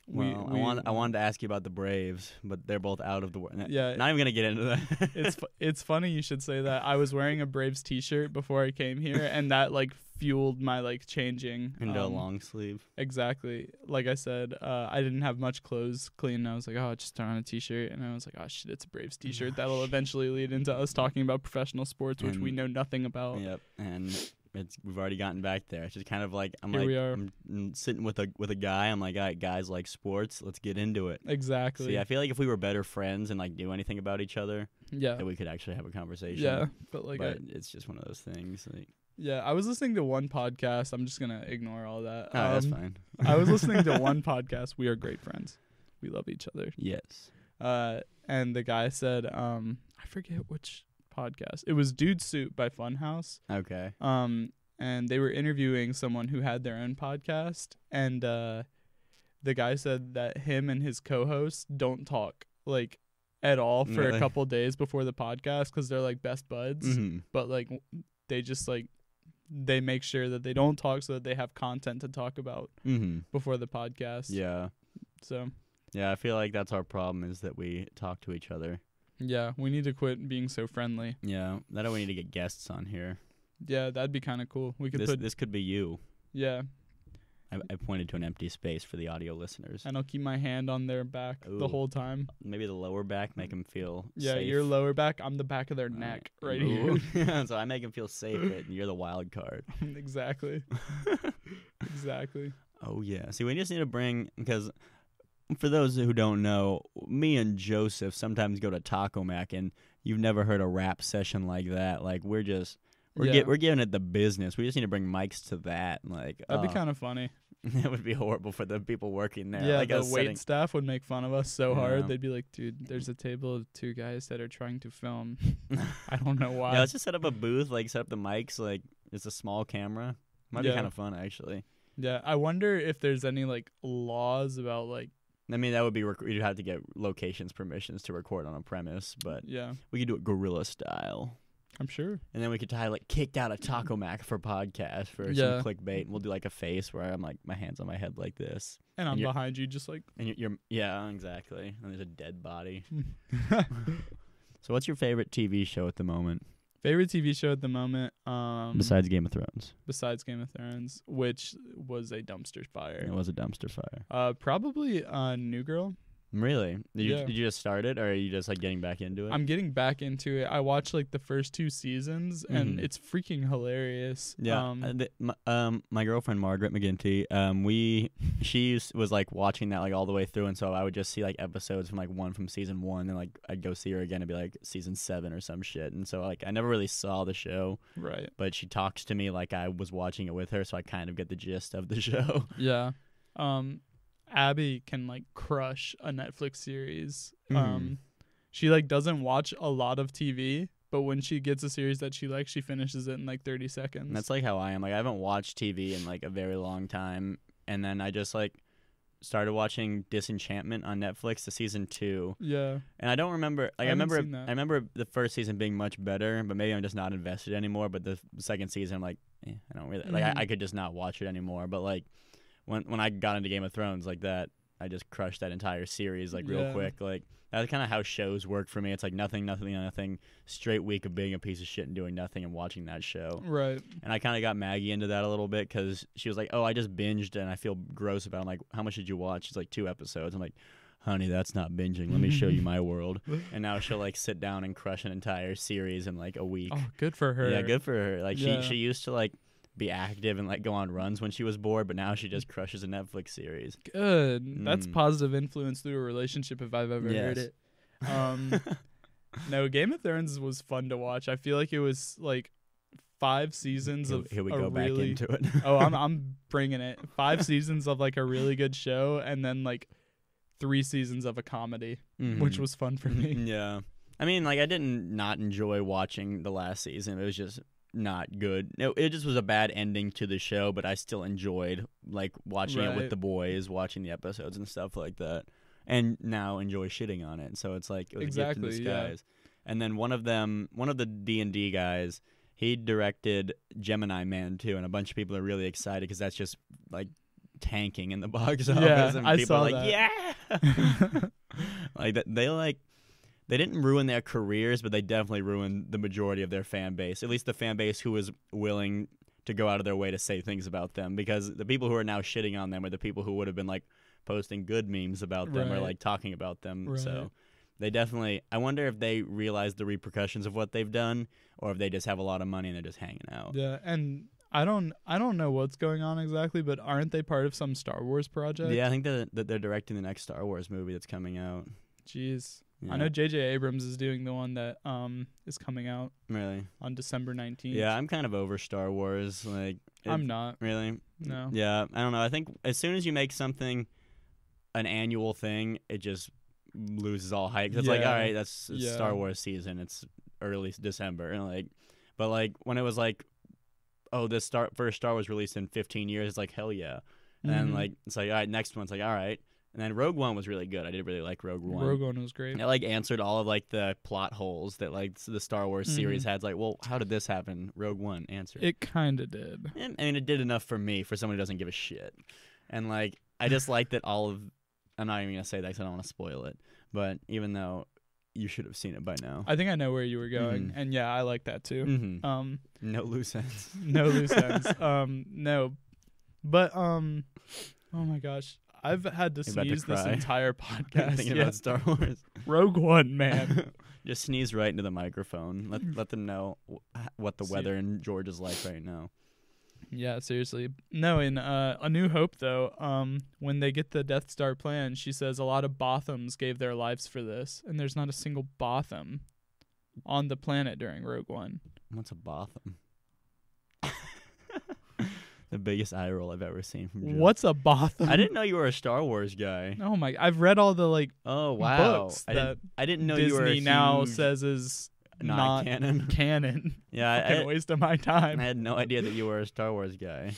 Speaker 2: We-
Speaker 1: Well,
Speaker 2: we-
Speaker 1: I want I wanted to ask you about the Braves, but they're both out of the. Wor-
Speaker 2: yeah
Speaker 1: Not even gonna get into that.
Speaker 2: it's fu- it's funny you should say that i was wearing a braves t-shirt before i came here and that like fueled my like changing
Speaker 1: into a
Speaker 2: um,
Speaker 1: long sleeve.
Speaker 2: exactly like i said uh, i didn't have much clothes clean and i was like oh just turn on a t-shirt and i was like oh shit it's a braves t-shirt that'll eventually lead into us talking about professional sports which we
Speaker 1: And-
Speaker 2: know nothing about
Speaker 1: Yep, and it's we've already gotten back there. It's just kind of like I'm
Speaker 2: Here
Speaker 1: like
Speaker 2: we are.
Speaker 1: I'm, mm, sitting with a with a guy. I'm like, all right, guys like sports. Let's get into it.
Speaker 2: exactly
Speaker 1: See, I feel like if we were better friends and like knew anything about each other,
Speaker 2: yeah
Speaker 1: that we could actually have a conversation.
Speaker 2: yeah but like I,
Speaker 1: but it's just one of those things. Like,
Speaker 2: yeah i was listening to one podcast i'm just gonna ignore all that
Speaker 1: oh, that's
Speaker 2: Um,
Speaker 1: fine.
Speaker 2: I was listening to one podcast. We are great friends. We love each other.
Speaker 1: Yes.
Speaker 2: Uh, and the guy said, um, I forget which podcast. It was Dude Soup by Funhouse.
Speaker 1: Okay.
Speaker 2: Um, and they were interviewing someone who had their own podcast, and uh, the guy said that him and his co-host don't talk like at all for a
Speaker 1: Really?
Speaker 2: couple days before the podcast because they're like best buds
Speaker 1: hmm
Speaker 2: but like w- they just like they make sure that they don't talk so that they have content to talk about
Speaker 1: hmm
Speaker 2: before the podcast
Speaker 1: Yeah.
Speaker 2: so
Speaker 1: Yeah. I feel like that's our problem is that we talk to each other.
Speaker 2: Yeah, we need to quit being so friendly.
Speaker 1: Yeah. That we need to get guests on here.
Speaker 2: Yeah, that'd be kind of cool. We could
Speaker 1: This
Speaker 2: put
Speaker 1: this could be you.
Speaker 2: yeah,
Speaker 1: I, I pointed to an empty space for the audio listeners.
Speaker 2: and I'll keep my hand on their back the
Speaker 1: Ooh.
Speaker 2: whole time.
Speaker 1: Maybe the lower back make them feel
Speaker 2: mm, Yeah,
Speaker 1: safe.
Speaker 2: your lower back, I'm the back of their
Speaker 1: All
Speaker 2: neck right
Speaker 1: right.
Speaker 2: here.
Speaker 1: Ooh. so I make him feel safe, but you're the wild card.
Speaker 2: exactly. exactly.
Speaker 1: Oh yeah. See, we just need to bring because for those who don't know, me and Joseph sometimes go to Taco Mac, and you've never heard a rap session like that. Like we're just we're
Speaker 2: Yeah.
Speaker 1: gi- we're giving it the business. We just need to bring mics to that. and, Like
Speaker 2: That'd
Speaker 1: oh,
Speaker 2: be kind of funny.
Speaker 1: that would be horrible for the people working there.
Speaker 2: yeah,
Speaker 1: like
Speaker 2: the
Speaker 1: us
Speaker 2: wait
Speaker 1: sitting-
Speaker 2: staff would make fun of us so hard.
Speaker 1: Yeah.
Speaker 2: They'd be like, "Dude, there's a table of two guys that are trying to film." I don't know why.
Speaker 1: Yeah, let's just set up a booth. Like set up the mics. Like it's a small camera. Might
Speaker 2: Yeah.
Speaker 1: be kind of fun actually.
Speaker 2: yeah, I wonder if there's any like laws about like
Speaker 1: I mean, that would be rec- you'd have to get locations permissions to record on a premise, but
Speaker 2: yeah,
Speaker 1: we could do it guerrilla style,
Speaker 2: I'm sure.
Speaker 1: and then we could tie like kicked out of Taco Mac for podcast for
Speaker 2: Yeah.
Speaker 1: some clickbait, and we'll do like a face where I'm like my hands on my head like this,
Speaker 2: And I'm
Speaker 1: you're-
Speaker 2: behind you just like
Speaker 1: and you're, you're yeah exactly, and there's a dead body. So, what's your favorite TV show at the moment
Speaker 2: Favorite TV show at the moment, um,
Speaker 1: besides Game of Thrones?
Speaker 2: besides Game of Thrones, which was a dumpster
Speaker 1: It
Speaker 2: fire.
Speaker 1: was a dumpster fire.
Speaker 2: Uh, probably uh, New Girl.
Speaker 1: Really? Did you,
Speaker 2: Yeah.
Speaker 1: did you just start it, or are you just like getting back into it?
Speaker 2: I'm getting back into it. I watched like the first two seasons and
Speaker 1: Mhm.
Speaker 2: it's freaking hilarious.
Speaker 1: yeah.
Speaker 2: Um,
Speaker 1: uh, th- my, um, my girlfriend Margaret McGinty, um, we she used, was like watching that like all the way through, and so I would just see like episodes from like one from season one, and like I'd go see her again and be like season seven or some shit, and so like I never really saw the show,
Speaker 2: right.
Speaker 1: but she talks to me like I was watching it with her, so I kind of get the gist of the show.
Speaker 2: Yeah. Um Abby can like crush a Netflix series.
Speaker 1: Mhm.
Speaker 2: Um she like doesn't watch a lot of TV, but when she gets a series that she likes, she finishes it in like 30 seconds.
Speaker 1: And that's like how I am. Like I haven't watched TV in like a very long time, and then I just like started watching Disenchantment on Netflix, the season two,
Speaker 2: yeah.
Speaker 1: and I don't remember. Like I,
Speaker 2: haven't
Speaker 1: remember,
Speaker 2: seen that.
Speaker 1: I remember the first season being much better, but maybe I'm just not invested anymore. But the second season, I'm like, eh, I don't really like.
Speaker 2: Mhm.
Speaker 1: I, I could just not watch it anymore. But like when when I got into Game of Thrones, like that. I just crushed that entire series like real
Speaker 2: Yeah.
Speaker 1: quick. Like that's kind of how shows work for me. It's like nothing, nothing, nothing. Straight week of being a piece of shit and doing nothing and watching that show.
Speaker 2: Right.
Speaker 1: And I kind of got Maggie into that a little bit because she was like, "Oh, I just binged and I feel gross about." It. I'm like, "How much did you watch?" She's like, two episodes." I'm like, "Honey, that's not binging. Let me show you my world." And now she'll like sit down and crush an entire series in like a week.
Speaker 2: Oh, good for her.
Speaker 1: Yeah, good for her. Like
Speaker 2: Yeah.
Speaker 1: she she used to like be active and like go on runs when she was bored, but now she just crushes a Netflix series.
Speaker 2: Good. That's
Speaker 1: Mm.
Speaker 2: positive influence through a relationship if I've ever
Speaker 1: Yes.
Speaker 2: heard it. Um no, Game of Thrones was fun to watch. I feel like it was like 5 seasons
Speaker 1: Here,
Speaker 2: of
Speaker 1: here we
Speaker 2: a
Speaker 1: go back
Speaker 2: really
Speaker 1: into it.
Speaker 2: oh, I'm I'm bringing it. Five seasons of like a really good show, and then like three seasons of a comedy, which
Speaker 1: Mhm.
Speaker 2: was fun for me.
Speaker 1: yeah. I mean, like I didn't not enjoy watching the last season. It was just not good. No, it just was a bad ending to the show, but I still enjoyed like watching it
Speaker 2: Right.
Speaker 1: with the boys, watching the episodes and stuff like that. And now enjoy shitting on it. So it's like it was a gift
Speaker 2: Exactly,
Speaker 1: in
Speaker 2: yeah.
Speaker 1: disguise. And then one of them, one of the D and D guys, he directed Gemini Man too, and a bunch of people are really excited because that's just like tanking in the box office,
Speaker 2: Yeah,
Speaker 1: and
Speaker 2: I
Speaker 1: people
Speaker 2: saw
Speaker 1: are like, yeah. Like that, they like they didn't ruin their careers, but they definitely ruined the majority of their fan base. At least the fan base who was willing to go out of their way to say things about them, because the people who are now shitting on them are the people who would have been like posting good memes about them or
Speaker 2: Right.
Speaker 1: like talking about them.
Speaker 2: Right.
Speaker 1: So they definitely. I wonder if they realize the repercussions of what they've done, or if they just have a lot of money and they're just hanging out.
Speaker 2: yeah, and I don't I don't know what's going on exactly, but aren't they part of some Star Wars project?
Speaker 1: Yeah, I think that that they're directing the next Star Wars movie that's coming out.
Speaker 2: Jeez,
Speaker 1: Yeah.
Speaker 2: I know J.J. Abrams is doing the one that um is coming out
Speaker 1: Really?
Speaker 2: on December nineteenth.
Speaker 1: Yeah, I'm kind of over Star Wars. Like,
Speaker 2: I'm
Speaker 1: it-
Speaker 2: not.
Speaker 1: really.
Speaker 2: No.
Speaker 1: Yeah, I don't know. I think as soon as you make something an annual thing, it just loses all hype. 'Cause It's like,
Speaker 2: Yeah.
Speaker 1: all right, that's it's
Speaker 2: Yeah.
Speaker 1: Star Wars season. It's early s- December, and like, but like when it was like, oh, this star first Star Wars released in 15 years. It's like hell yeah, and then
Speaker 2: Mhm.
Speaker 1: like it's like all right, next one's like all right, and then Rogue One was really good. I did really like Rogue One.
Speaker 2: Rogue One was great.
Speaker 1: it like answered all of like the plot holes that like s- the Star Wars
Speaker 2: Mm-hmm.
Speaker 1: series had. It's like, well, how did this happen? Rogue One answer.
Speaker 2: It kind of did.
Speaker 1: And, I mean, it did enough for me for someone who doesn't give a shit. And like, I just like that all of. I'm not even gonna say that 'cause I don't want to spoil it. But even though you should have seen it by now.
Speaker 2: I think I know where you were
Speaker 1: Mm.
Speaker 2: going, and yeah, I like that too.
Speaker 1: hmm
Speaker 2: Um,
Speaker 1: No loose ends.
Speaker 2: no loose ends. Um, no, but um, oh my gosh, I've had to
Speaker 1: You're about to
Speaker 2: sneeze this
Speaker 1: cry.
Speaker 2: entire podcast.
Speaker 1: Thinking
Speaker 2: yeah.
Speaker 1: about Star Wars.
Speaker 2: Rogue One, man.
Speaker 1: just sneeze right into the microphone. Let let them know wh- what the
Speaker 2: See.
Speaker 1: weather in Georgia's like right now.
Speaker 2: yeah, seriously. No, in uh, A New Hope though, um, when they get the Death Star plan, she says a lot of Bothams gave their lives for this, and there's not a single Botham on the planet during Rogue One.
Speaker 1: What's a Botham? the biggest eye roll I've ever seen from Joe.
Speaker 2: What's a Botham?
Speaker 1: I didn't know you were a Star Wars guy.
Speaker 2: Oh my! I've read all the like
Speaker 1: Oh wow!
Speaker 2: books
Speaker 1: I
Speaker 2: that
Speaker 1: didn't, I didn't know you were
Speaker 2: Disney
Speaker 1: a
Speaker 2: now
Speaker 1: huge
Speaker 2: says is
Speaker 1: not,
Speaker 2: not
Speaker 1: canon.
Speaker 2: canon.
Speaker 1: yeah, I,
Speaker 2: Fucking
Speaker 1: I,
Speaker 2: waste of my time.
Speaker 1: I had no idea that you were a Star Wars guy.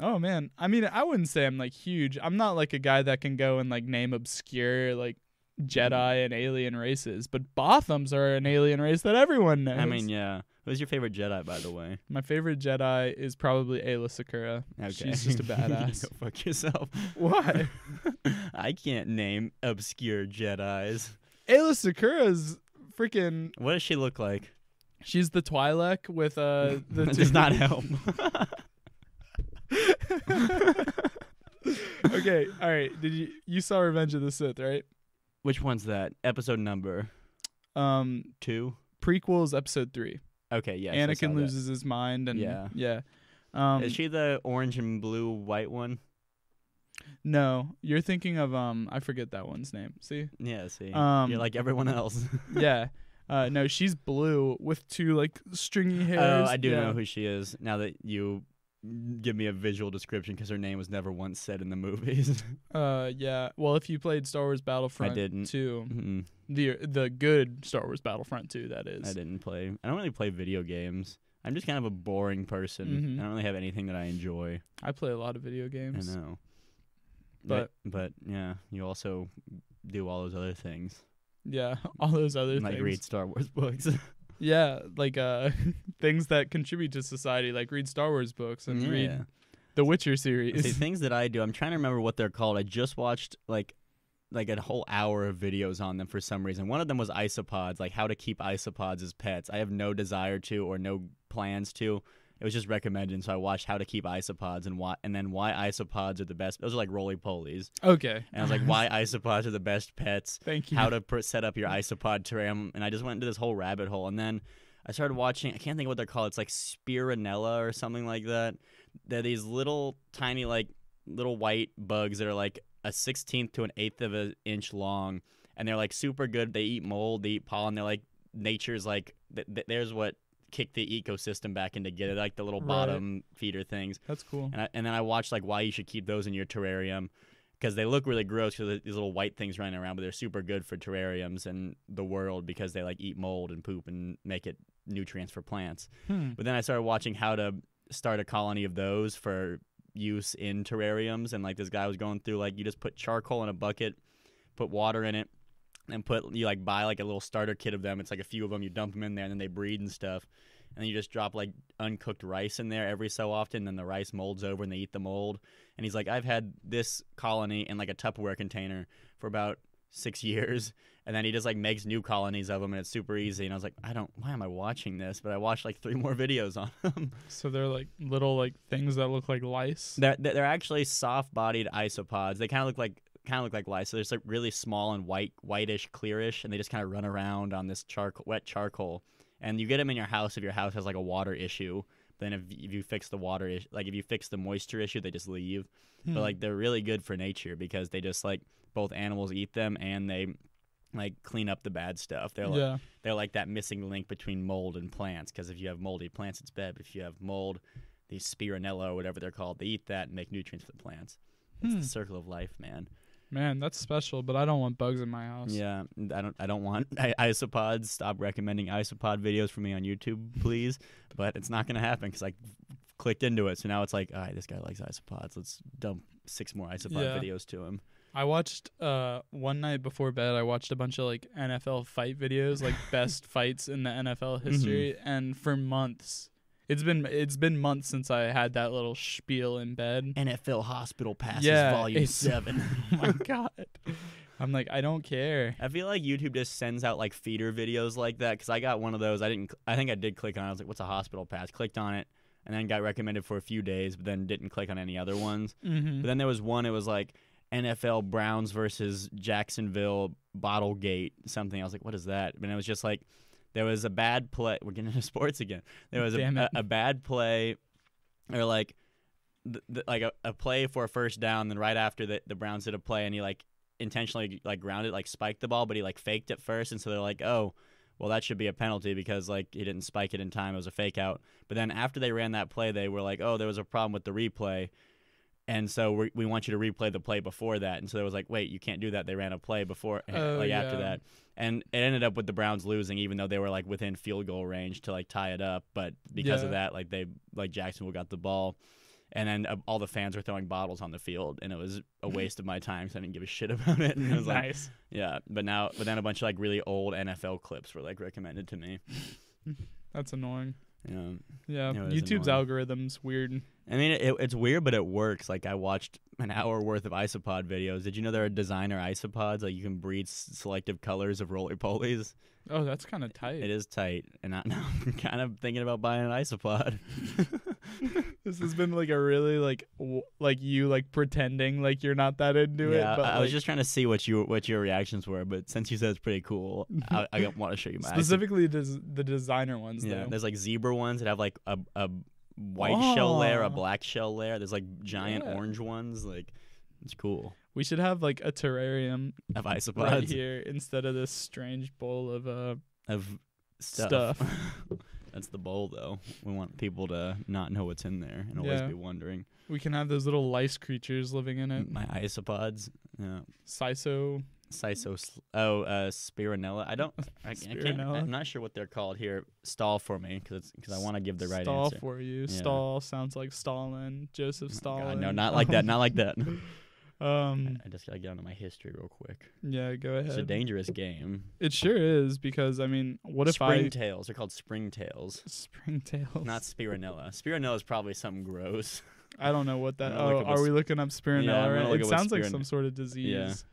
Speaker 2: Oh man, I mean, I wouldn't say I'm like huge. I'm not like a guy that can go and like name obscure like
Speaker 1: Mm-hmm.
Speaker 2: Jedi and alien races, but Bothams are an alien race that everyone knows.
Speaker 1: I mean, yeah. Who's your favorite Jedi, by the way?
Speaker 2: my favorite Jedi is probably Ayla Sakura.
Speaker 1: Okay.
Speaker 2: She's just a badass.
Speaker 1: Go fuck yourself.
Speaker 2: Why?
Speaker 1: I can't name obscure Jedi's.
Speaker 2: Ayla Sakura's freaking.
Speaker 1: What does she look like?
Speaker 2: She's the Twi'lek with uh the.
Speaker 1: That
Speaker 2: two-
Speaker 1: does not help.
Speaker 2: okay, all right. Did you you saw Revenge of the Sith, right?
Speaker 1: Which one's that? Episode number
Speaker 2: Um,
Speaker 1: two.
Speaker 2: prequels, episode three.
Speaker 1: Okay, yeah.
Speaker 2: Anakin loses his mind, and yeah,
Speaker 1: Yeah.
Speaker 2: yeah. Um,
Speaker 1: Is she the orange and blue white one?
Speaker 2: no, you're thinking of um, I forget that one's name. See,
Speaker 1: Yeah. See,
Speaker 2: Um,
Speaker 1: you're like everyone else.
Speaker 2: yeah, uh, no, she's blue with two like stringy hairs.
Speaker 1: Oh, I do
Speaker 2: yeah.
Speaker 1: know who she is now that you give me a visual description because her name was never once said in the movies.
Speaker 2: Uh, yeah. Well, if you played Star Wars Battlefront
Speaker 1: didn't.
Speaker 2: two,
Speaker 1: Mm-mm,
Speaker 2: the the good Star Wars Battlefront two, that
Speaker 1: I
Speaker 2: is.
Speaker 1: didn't play. I don't really play video games. I'm just kind of a boring person.
Speaker 2: Mhm.
Speaker 1: I don't really have anything that I enjoy.
Speaker 2: I play a lot of video
Speaker 1: I
Speaker 2: games.
Speaker 1: know. but but, yeah, you also do all those other things,
Speaker 2: Yeah, all those other
Speaker 1: like
Speaker 2: things.
Speaker 1: read Star Wars books.
Speaker 2: Yeah, like uh, things that contribute to society, like read Star Wars books and read The Witcher series.
Speaker 1: See, things that I do, I'm trying to remember what they're called. I just watched like like a whole hour of videos on them for some reason. One of them was isopods, like how to keep isopods as pets. I have no desire to or no plans to. It was just recommended, and so I watched how to keep isopods and why, and then why isopods are the best. Those are like roly polies,
Speaker 2: Okay.
Speaker 1: and I was like, why isopods are the best pets.
Speaker 2: Thank you.
Speaker 1: How to pr- set up your isopod terrarium, and I just went into this whole rabbit hole, and then I started watching. I can't think of what they're called. It's like spirinella or something like that. They're these little tiny, like little white bugs that are like a sixteenth to an eighth of an inch long, and they're like super good. They eat mold, they eat pollen. They're like nature's like th- th- there's what kicked the ecosystem back into gear. They're like the little
Speaker 2: Right.
Speaker 1: bottom feeder things.
Speaker 2: That's cool.
Speaker 1: And, I, and then I watched like why you should keep those in your terrarium because they look really gross because these little white things running around, but they're super good for terrariums and the world because they like eat mold and poop and make it nutrients for plants.
Speaker 2: Hmm.
Speaker 1: But then I started watching how to start a colony of those for use in terrariums, and like this guy was going through like you just put charcoal in a bucket, put water in it. And put you like buy like a little starter kit of them. It's like a few of them. You dump them in there, and then they breed and stuff and then you just drop like uncooked rice in there every so often. Then the rice molds over and they eat the mold. And he's like, I've had this colony in like a Tupperware container for about six years, and then he just like makes new colonies of them, and it's super easy. And I was like, I don't, why am I watching this? But I watched like three more videos on them.
Speaker 2: So they're like little like things that look like lice.
Speaker 1: They're they're actually soft-bodied isopods. They kind of look like kind of look like lice. So they're just, like really small and white, whitish, clearish, and they just kind of run around on this charcoal, wet charcoal. And you get them in your house if your house has like a water issue. Then if, if you fix the water issue, like if you fix the moisture issue, they just leave.
Speaker 2: Hmm.
Speaker 1: But like they're really good for nature because they just like both animals eat them and they like clean up the bad stuff. They're like
Speaker 2: yeah.
Speaker 1: they're like that missing link between mold and plants because if you have moldy plants it's bad but if you have mold these spirinella or whatever they're called they eat that and make nutrients for the plants it's
Speaker 2: Hmm.
Speaker 1: the circle of life man
Speaker 2: Man, that's special. But I don't want bugs in my house.
Speaker 1: yeah i don't i don't want I, isopods stop recommending isopod videos for me on youtube please but it's not gonna happen because i clicked into it so now it's like all right this guy likes isopods let's dump six more isopod
Speaker 2: Yeah.
Speaker 1: videos to him
Speaker 2: I watched uh one night before bed. I watched a bunch of like NFL fight videos, like best fights in the
Speaker 1: Mhm.
Speaker 2: NFL history, and for months. It's been it's been months since I had that little spiel in bed.
Speaker 1: nfl hospital passes
Speaker 2: Yeah,
Speaker 1: volume
Speaker 2: it's-
Speaker 1: seven
Speaker 2: oh my god. I'm like, I don't care.
Speaker 1: I feel like YouTube just sends out like feeder videos like that because I got one of those. I didn't. cl- I think I did click on. it. I was like, "What's a hospital pass?" Clicked on it, and then got recommended for a few days, but then didn't click on any other ones.
Speaker 2: Mm-hmm.
Speaker 1: But then there was one. It was like NFL Browns versus Jacksonville Bottlegate something. I was like, "What is that?" And it was just like there was a bad play. We're getting into sports again. There was
Speaker 2: Damn
Speaker 1: a,
Speaker 2: it.
Speaker 1: a, a bad play, or like th- th- like a, a play for a first down. Then right after that, the Browns did a play, and he like intentionally like grounded, like spiked the ball, but he like faked it first, and so they're like, "Oh." Well, that should be a penalty because like he didn't spike it in time. It was a fake out. But then after they ran that play, they were like, "Oh, there was a problem with the replay." and so we we want you to replay the play before that. And so there was like, wait, you can't do that. They ran a play before, eh,
Speaker 2: Oh,
Speaker 1: like after
Speaker 2: yeah.
Speaker 1: that, and it ended up with the Browns losing, even though they were like within field goal range to like tie it up. But because of
Speaker 2: Yeah.
Speaker 1: that, like they like Jacksonville got the ball, and then uh, all the fans were throwing bottles on the field, and it was a waste of my time. So I didn't give a shit about it. And I was like,
Speaker 2: nice.
Speaker 1: yeah. But now, but then a bunch of like really old NFL clips were like recommended to me.
Speaker 2: That's annoying.
Speaker 1: Yeah.
Speaker 2: Yeah,
Speaker 1: No, it is
Speaker 2: YouTube's
Speaker 1: annoying.
Speaker 2: algorithm's weird.
Speaker 1: I mean, it, it's weird, but it works. Like I watched an hour worth of isopod videos. Did you know there are designer isopods? Like you can breed s- selective colors of roly polies.
Speaker 2: Oh, that's kind of tight.
Speaker 1: It is tight, and I, now I'm kind of thinking about buying an isopod.
Speaker 2: this has been like a really like w- like you like pretending like you're not that into
Speaker 1: yeah,
Speaker 2: it. But
Speaker 1: I, I was
Speaker 2: like,
Speaker 1: just trying to see what you what your reactions were, but since you said it's pretty cool, I, I want to show you my accent.
Speaker 2: specifically des- the designer ones
Speaker 1: Yeah,
Speaker 2: though.
Speaker 1: there's like zebra ones that have like a a white shell layer,
Speaker 2: Oh.
Speaker 1: a black shell layer. There's like giant
Speaker 2: Yeah.
Speaker 1: orange ones. Like it's cool.
Speaker 2: We should have like a terrarium
Speaker 1: Of isopods
Speaker 2: right here instead of this strange bowl of uh
Speaker 1: of stuff.
Speaker 2: Stuff.
Speaker 1: That's the bowl though. We want people to not know what's in there and always
Speaker 2: Yeah.
Speaker 1: be wondering.
Speaker 2: we can have those little lice creatures living in it.
Speaker 1: My isopods. Yeah.
Speaker 2: Siso
Speaker 1: Siso oh uh spirinella. I don't I, I can't
Speaker 2: Spirinella.
Speaker 1: I'm not sure what they're called here. Stall for me cuz cuz I want to give the right
Speaker 2: stall
Speaker 1: answer.
Speaker 2: for you.
Speaker 1: Yeah. Oh
Speaker 2: Stall sounds like Stalin, Joseph
Speaker 1: God,
Speaker 2: Stalin.
Speaker 1: no, not like that. Not like that.
Speaker 2: um
Speaker 1: I just got to get onto my history real quick.
Speaker 2: yeah, go
Speaker 1: It's a
Speaker 2: ahead.
Speaker 1: dangerous game.
Speaker 2: It sure is because I mean, what if I
Speaker 1: springtails? They're called springtails,
Speaker 2: springtails?
Speaker 1: not spirinella. Spirinella is probably something gross.
Speaker 2: I don't know what that.
Speaker 1: I'm gonna
Speaker 2: Oh,
Speaker 1: look up
Speaker 2: are
Speaker 1: what's-
Speaker 2: we looking up spirinella?
Speaker 1: Yeah, I'm gonna
Speaker 2: right?
Speaker 1: look
Speaker 2: It
Speaker 1: up what
Speaker 2: sounds like
Speaker 1: spirin-
Speaker 2: some sort of disease,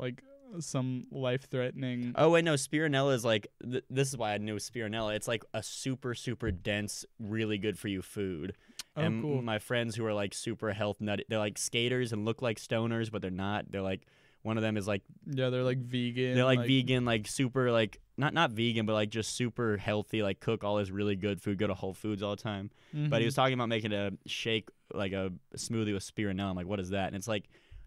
Speaker 2: like uh, some life-threatening.
Speaker 1: Oh wait, no, spirinella is like th- this is why I knew spirinella. It's like a super super dense, really good for you food.
Speaker 2: oh,
Speaker 1: and
Speaker 2: cool.
Speaker 1: my friends who are like super health nutty, they're like skaters and look like stoners, but they're not. They're like one of them is like
Speaker 2: yeah, they're like vegan.
Speaker 1: they're like, vegan, like super like not not vegan, but like just super healthy. Like cook all this really good food. Go to Whole Foods all the time. But
Speaker 2: mm-hmm.
Speaker 1: he was talking about making a shake, like a smoothie with spirinella. I'm like, what is that? And it's like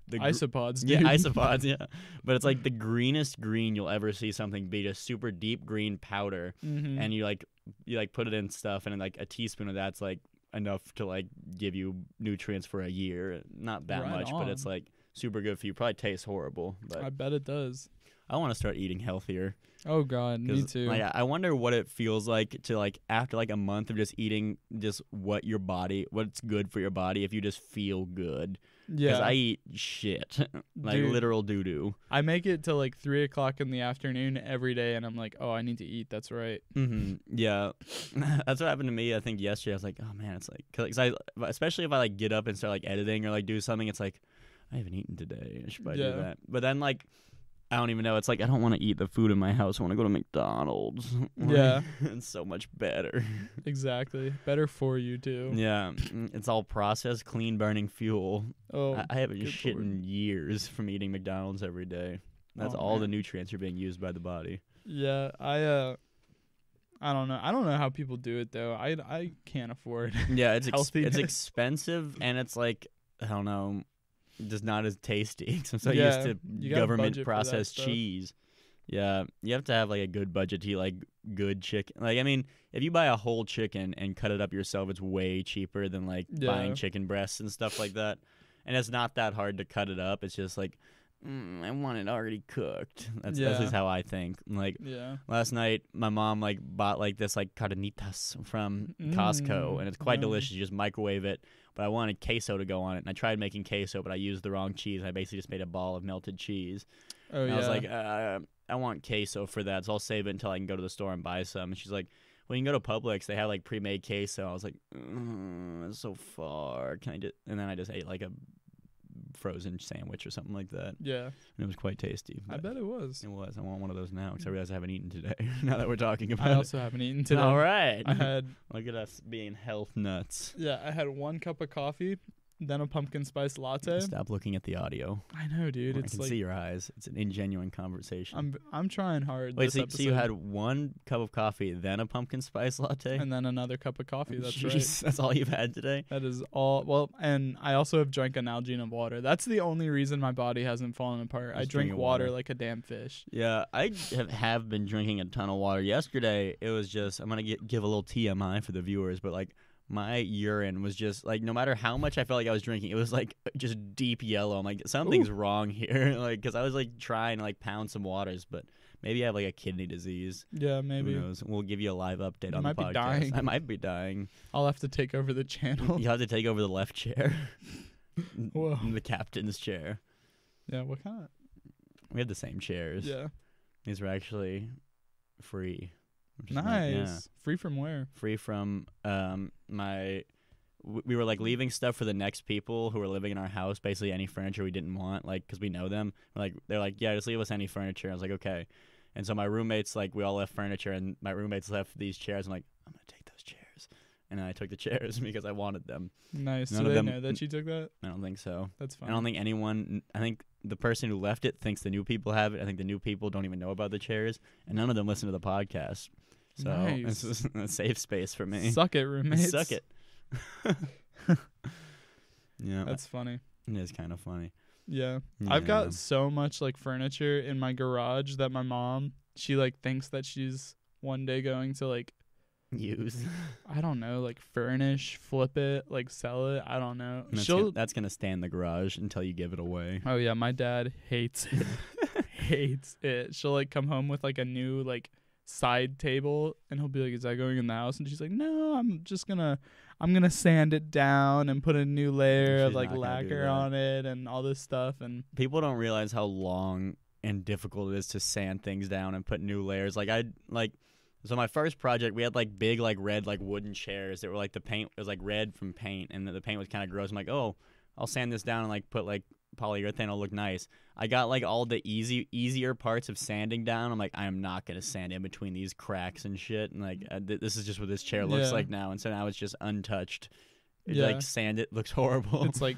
Speaker 1: the gr-
Speaker 2: isopods.
Speaker 1: yeah
Speaker 2: dude.
Speaker 1: isopods, yeah. But it's like the greenest green you'll ever see something be, just super deep green powder,
Speaker 2: Mhm.
Speaker 1: and you like you like put it in stuff, and then, like a teaspoon of that's like enough to like give you nutrients for a year. Not that
Speaker 2: Right
Speaker 1: much, but it's
Speaker 2: on.
Speaker 1: like super good for you. Probably tastes horrible, but
Speaker 2: I
Speaker 1: I,
Speaker 2: bet it does.
Speaker 1: want to start eating healthier.
Speaker 2: Oh God, me
Speaker 1: 'Cause,
Speaker 2: too.
Speaker 1: Like, I I wonder what it feels like to like after like a month of just eating just what your body, what's good for your body, if you just feel good. Because
Speaker 2: yeah,
Speaker 1: I eat shit, like
Speaker 2: Dude.
Speaker 1: literal doo doo.
Speaker 2: I make it to like three o'clock in the afternoon every day, and I'm like, oh, I need to eat. That's right. Mm-hmm.
Speaker 1: hmm Yeah, that's what happened to me. I think yesterday I was like, oh man, it's like, cause, 'cause I especially if I like get up and start like editing or like do something, it's like I haven't eaten today. I should probably
Speaker 2: Yeah.
Speaker 1: do that. But then like. I don't even know. It's like I don't want to eat the food in my house. I want to go to McDonald's. Like,
Speaker 2: Yeah.
Speaker 1: it's so much better.
Speaker 2: Exactly. Better for you too.
Speaker 1: Yeah, mm, it's all processed, clean burning fuel.
Speaker 2: Oh,
Speaker 1: I, I haven't
Speaker 2: good
Speaker 1: shit
Speaker 2: lord.
Speaker 1: in years from eating McDonald's every day. That's
Speaker 2: Oh,
Speaker 1: all the
Speaker 2: man.
Speaker 1: nutrients are being used by the body.
Speaker 2: Yeah, I uh I don't know. I don't know how people do it though. I I can't afford.
Speaker 1: Yeah, it's ex- it's
Speaker 2: Healthiness.
Speaker 1: expensive and it's like I don't know, just not as tasty. 'cause I'm so
Speaker 2: Yeah,
Speaker 1: used
Speaker 2: you
Speaker 1: to
Speaker 2: gotta
Speaker 1: government
Speaker 2: budget for that
Speaker 1: processed
Speaker 2: stuff.
Speaker 1: cheese. Yeah, you have to have like a good budget to eat like good chicken. Like I mean, if you buy a whole chicken and cut it up yourself, it's way cheaper than like
Speaker 2: Yeah.
Speaker 1: buying chicken breasts and stuff like that. And it's not that hard to cut it up. It's just like mm, I want it already cooked. That's that's
Speaker 2: Yeah.
Speaker 1: just how I think. Like
Speaker 2: yeah.
Speaker 1: last night my mom like bought like this like carnitas from Costco
Speaker 2: Mm,
Speaker 1: and it's quite
Speaker 2: yum.
Speaker 1: delicious. You just microwave it. But I wanted queso to go on it and I tried making queso but I used the wrong cheese. I basically just made a ball of melted cheese.
Speaker 2: Oh
Speaker 1: and
Speaker 2: yeah.
Speaker 1: I was like, uh, I want queso for that, so I'll save it until I can go to the store and buy some. And she's like, Well, you can go to Publix, they have like pre made queso. I was like, mm, that's so far. Can I just and then I just ate like a frozen sandwich or something like that. And
Speaker 2: yeah.
Speaker 1: it was quite tasty.
Speaker 2: I
Speaker 1: but-
Speaker 2: bet it was.
Speaker 1: it was. I want one of those now because I realize I haven't eaten today. now that we're talking about
Speaker 2: I also haven't eaten
Speaker 1: it.
Speaker 2: today.
Speaker 1: All right.
Speaker 2: I had
Speaker 1: Look at us being health nuts.
Speaker 2: yeah, I had one cup of coffee, then a pumpkin spice latte.
Speaker 1: Stop looking at the audio.
Speaker 2: I know, dude.
Speaker 1: I
Speaker 2: It's
Speaker 1: can
Speaker 2: like
Speaker 1: see your eyes. It's an ingenuine conversation.
Speaker 2: I'm I'm trying hard.
Speaker 1: Wait,
Speaker 2: this
Speaker 1: so, so you
Speaker 2: episode.
Speaker 1: had one cup of coffee, then a pumpkin spice latte?
Speaker 2: and then another cup of coffee. That's right.
Speaker 1: Jeez, That's all you've had today?
Speaker 2: That is all. Well, and I also have drank an Algene of water. That's the only reason my body hasn't fallen apart. I
Speaker 1: Just
Speaker 2: drink
Speaker 1: drinking
Speaker 2: water
Speaker 1: water.
Speaker 2: like a damn fish.
Speaker 1: Yeah, I have, have been drinking a ton of water. Yesterday, it was just I'm gonna get, give a little TMI for the viewers, but like my urine was just like no matter how much I felt like I was drinking, it was like just deep yellow. I'm like something's wrong here, like because I was like trying to like pound some waters, but maybe I have like a kidney disease.
Speaker 2: Yeah, maybe.
Speaker 1: Who knows? We'll give you a live update
Speaker 2: You
Speaker 1: on
Speaker 2: might be
Speaker 1: the podcast.
Speaker 2: dying.
Speaker 1: I might be dying.
Speaker 2: I'll have to take over the channel.
Speaker 1: You have to take over the left chair,
Speaker 2: Whoa.
Speaker 1: the captain's chair.
Speaker 2: Yeah, what kind of?
Speaker 1: We have the same chairs.
Speaker 2: Yeah.
Speaker 1: These were actually free. which is nice.
Speaker 2: Nice.
Speaker 1: Yeah.
Speaker 2: Free from where?
Speaker 1: free from um my w- we were like leaving stuff for the next people who were living in our house basically any furniture we didn't want like because we know them We're like they're like yeah just leave us any furniture i was like okay and so my roommates like we all left furniture and my roommates left these chairs i'm like i'm gonna take those chairs and and I took the chairs because I wanted them.
Speaker 2: Nice. Do
Speaker 1: None of
Speaker 2: they
Speaker 1: them-
Speaker 2: know that you took that?
Speaker 1: I don't think so.
Speaker 2: That's fine.
Speaker 1: I don't think anyone. I think the person who left it thinks the new people have it. I think the new people don't even know about the chairs, and none of them listen to the podcast. So
Speaker 2: Nice.
Speaker 1: this is a safe space for me.
Speaker 2: Suck it, roommates.
Speaker 1: Suck it. yeah,
Speaker 2: That's funny.
Speaker 1: it is kind of funny.
Speaker 2: Yeah. I've got
Speaker 1: Yeah.
Speaker 2: so much like furniture in my garage that my mom, she like thinks that she's one day going to like
Speaker 1: use.
Speaker 2: I don't know, like furnish, flip it, like sell it. I don't know.
Speaker 1: That's
Speaker 2: She'll
Speaker 1: gonna, that's gonna stay in the garage until you give it away.
Speaker 2: Oh yeah, my dad hates it. hates it. She'll like come home with like a new like side table and he'll be like, Is that going in the house? And she's like, No, I'm just gonna I'm gonna sand it down and put a new layer of
Speaker 1: She's
Speaker 2: like
Speaker 1: not gonna do
Speaker 2: lacquer
Speaker 1: that.
Speaker 2: on it and all this stuff and
Speaker 1: People don't realize how long and difficult it is to sand things down and put new layers. Like I like. So my first project, we had like big like red like wooden chairs that were like the paint was like red from paint, and the, the paint was kind of gross. I'm like, oh, I'll sand this down and like put like polyurethane. It'll look nice. I got like all the easy easier parts of sanding down. I'm like, I am not gonna sand in between these cracks and shit. And like, uh, th- this is just what this chair looks
Speaker 2: Yeah.
Speaker 1: like now. And so now it's just untouched. It,
Speaker 2: Yeah.
Speaker 1: Like sand, it looks horrible.
Speaker 2: it's like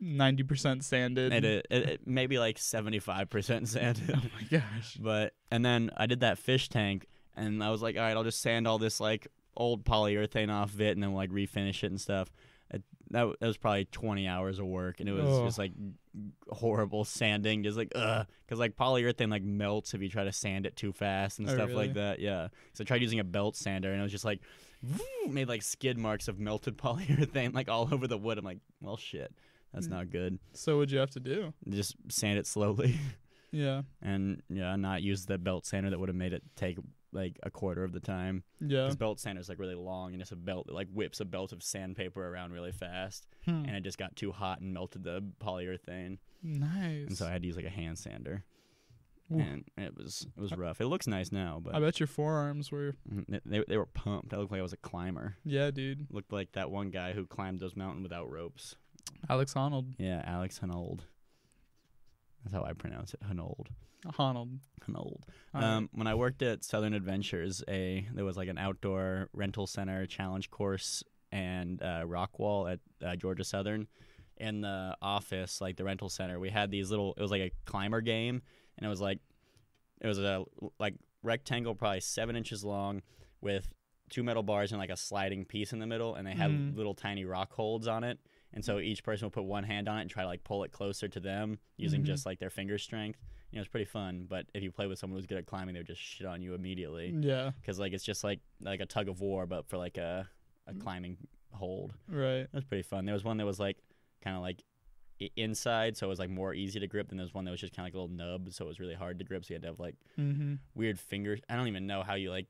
Speaker 2: ninety percent sanded.
Speaker 1: Oh. it, it, it, it maybe like 75% sanded
Speaker 2: oh my gosh.
Speaker 1: but and then i did that fish tank and i was like all right i'll just sand all this like old polyurethane off of it and then like refinish it and stuff it, that, w- that was probably 20 hours of work and it was
Speaker 2: Ugh.
Speaker 1: just like horrible sanding just like ugh because like polyurethane like melts if you try to sand it too fast and
Speaker 2: Oh,
Speaker 1: stuff
Speaker 2: really?
Speaker 1: like that yeah so i tried using a belt sander and it was just like made like skid marks of melted polyurethane like all over the wood i'm like well shit that's
Speaker 2: Mm.
Speaker 1: not good
Speaker 2: So what'd you have to do?
Speaker 1: just sand it slowly
Speaker 2: Yeah.
Speaker 1: and yeah, not use the belt sander that would have made it take like a quarter of the time.
Speaker 2: Yeah.
Speaker 1: Because belt sander's like really long, and it's a belt that like whips a belt of sandpaper around really fast,
Speaker 2: Hmm.
Speaker 1: and it just got too hot and melted the polyurethane,
Speaker 2: Nice.
Speaker 1: and so I had to use like a hand sander,
Speaker 2: Ooh.
Speaker 1: and it was it was rough. It looks nice now,
Speaker 2: I
Speaker 1: but
Speaker 2: bet your forearms were
Speaker 1: mm, they they were pumped. I looked like I was a climber.
Speaker 2: yeah, dude.
Speaker 1: Looked like that one guy who climbed those mountain without ropes.
Speaker 2: Alex Honnold.
Speaker 1: Yeah, Alex Hanold. That's how I pronounce it. Hanold.
Speaker 2: Honnold.
Speaker 1: Hanold.
Speaker 2: All right.
Speaker 1: Um, when I worked at Southern Adventures, a there was like an outdoor rental center challenge course and uh, rock wall at uh, Georgia Southern. In the office, like the rental center, we had these little. It was like a climber game, and it was like it was a like rectangle, probably seven inches long, with two metal bars and like a sliding piece in the middle, and they had
Speaker 2: Mhm.
Speaker 1: little tiny rock holds on it. And
Speaker 2: Mm-hmm.
Speaker 1: so each person would put one hand on it and try to like pull it closer to them using
Speaker 2: Mhm.
Speaker 1: just like their finger strength you know, it's pretty fun. But if you play with someone who's good at climbing, they would just shit on you immediately
Speaker 2: Yeah.
Speaker 1: because like it's just like like a tug of war, but for like a a climbing hold.
Speaker 2: Right.
Speaker 1: That was pretty fun. There was one that was like kind of like i- inside, so it was like more easy to grip. Then there was one that was just kind of like a little nub, so it was really hard to grip. So you had to have like
Speaker 2: Mm-hmm.
Speaker 1: weird fingers. I don't even know how you like.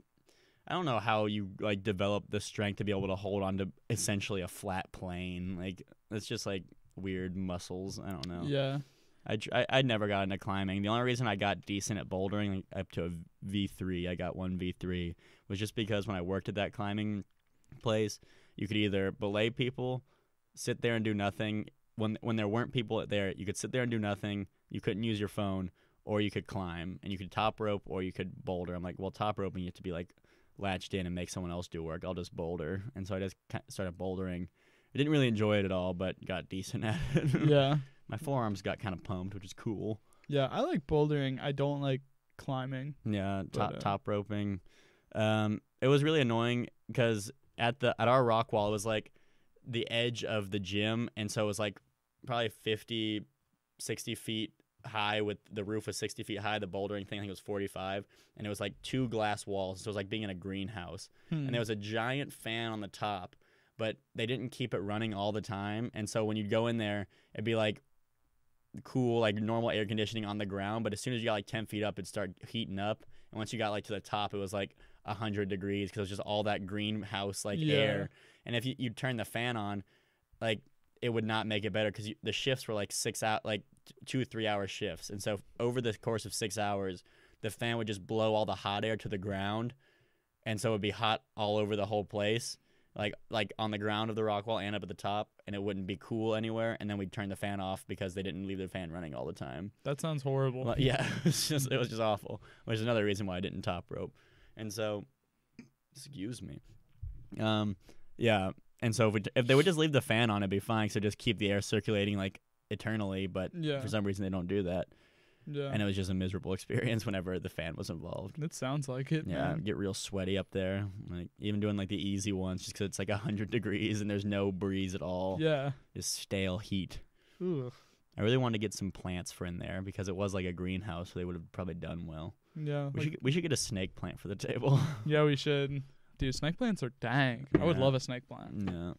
Speaker 1: I don't know how you like develop the strength to be able to hold on to essentially a flat plane. Like it's just like weird muscles. I don't know.
Speaker 2: Yeah.
Speaker 1: I, tr- I I never got into climbing. The only reason I got decent at bouldering like, up to a V three, I got one V three, was just because when I worked at that climbing place, you could either belay people, sit there and do nothing. When when there weren't people there, you could sit there and do nothing. You couldn't use your phone, or you could climb and you could top rope or you could boulder. I'm like, well, top roping you have to be like latched in and make someone else do work. I'll just boulder, and so I just ki- started bouldering. I didn't really enjoy it at all, but got decent at it.
Speaker 2: Yeah.
Speaker 1: My forearms got kind of pumped, which is cool.
Speaker 2: Yeah. I like bouldering. I don't like climbing.
Speaker 1: Yeah, top
Speaker 2: But, uh,
Speaker 1: top roping. Um, it was really annoying because at the at our rock wall it was like the edge of the gym, and so it was like probably 50, 60 feet high. With the roof was sixty feet high. The bouldering thing I think was forty five, and it was like two glass walls. So it was like being in a greenhouse.
Speaker 2: Hmm.
Speaker 1: and there was a giant fan on the top, but they didn't keep it running all the time. And so when you'd go in there, it'd be like cool, like normal air conditioning on the ground. But as soon as you got like 10 feet up, it'd start heating up. And once you got like to the top, it was like 100 degrees because it was just all that greenhouse like
Speaker 2: Yeah.
Speaker 1: air. And if you, you'd turn the fan on, like it would not make it better because the shifts were like six out, like t- two, three hour shifts. And so over the course of six hours, the fan would just blow all the hot air to the ground and so it'd be hot all over the whole place like like on the ground of the rock wall and up at the top and it wouldn't be cool anywhere and then we'd turn the fan off because they didn't leave the fan running all the time
Speaker 2: that sounds horrible.
Speaker 1: Well, yeah it was just it was just awful which is another reason why i didn't top rope and so excuse me um Yeah. And so if, we, if they would just leave the fan on, it'd be fine. So just keep the air circulating like eternally. But
Speaker 2: Yeah.
Speaker 1: for some reason, they don't do that.
Speaker 2: Yeah.
Speaker 1: And it was just a miserable experience whenever the fan was involved.
Speaker 2: That sounds like it.
Speaker 1: Yeah,
Speaker 2: man.
Speaker 1: get real sweaty up there. Like even doing like the easy ones, just 'cause it's like hundred degrees and there's no breeze at all.
Speaker 2: Yeah.
Speaker 1: Just stale heat.
Speaker 2: Ugh.
Speaker 1: I really wanted to get some plants for in there because it was like a greenhouse, so they would have probably done well.
Speaker 2: Yeah.
Speaker 1: We
Speaker 2: like-
Speaker 1: should we should get a snake plant for the table.
Speaker 2: yeah, we should. Dude, snake plants are dang. I would
Speaker 1: Yeah.
Speaker 2: love a snake plant.
Speaker 1: no,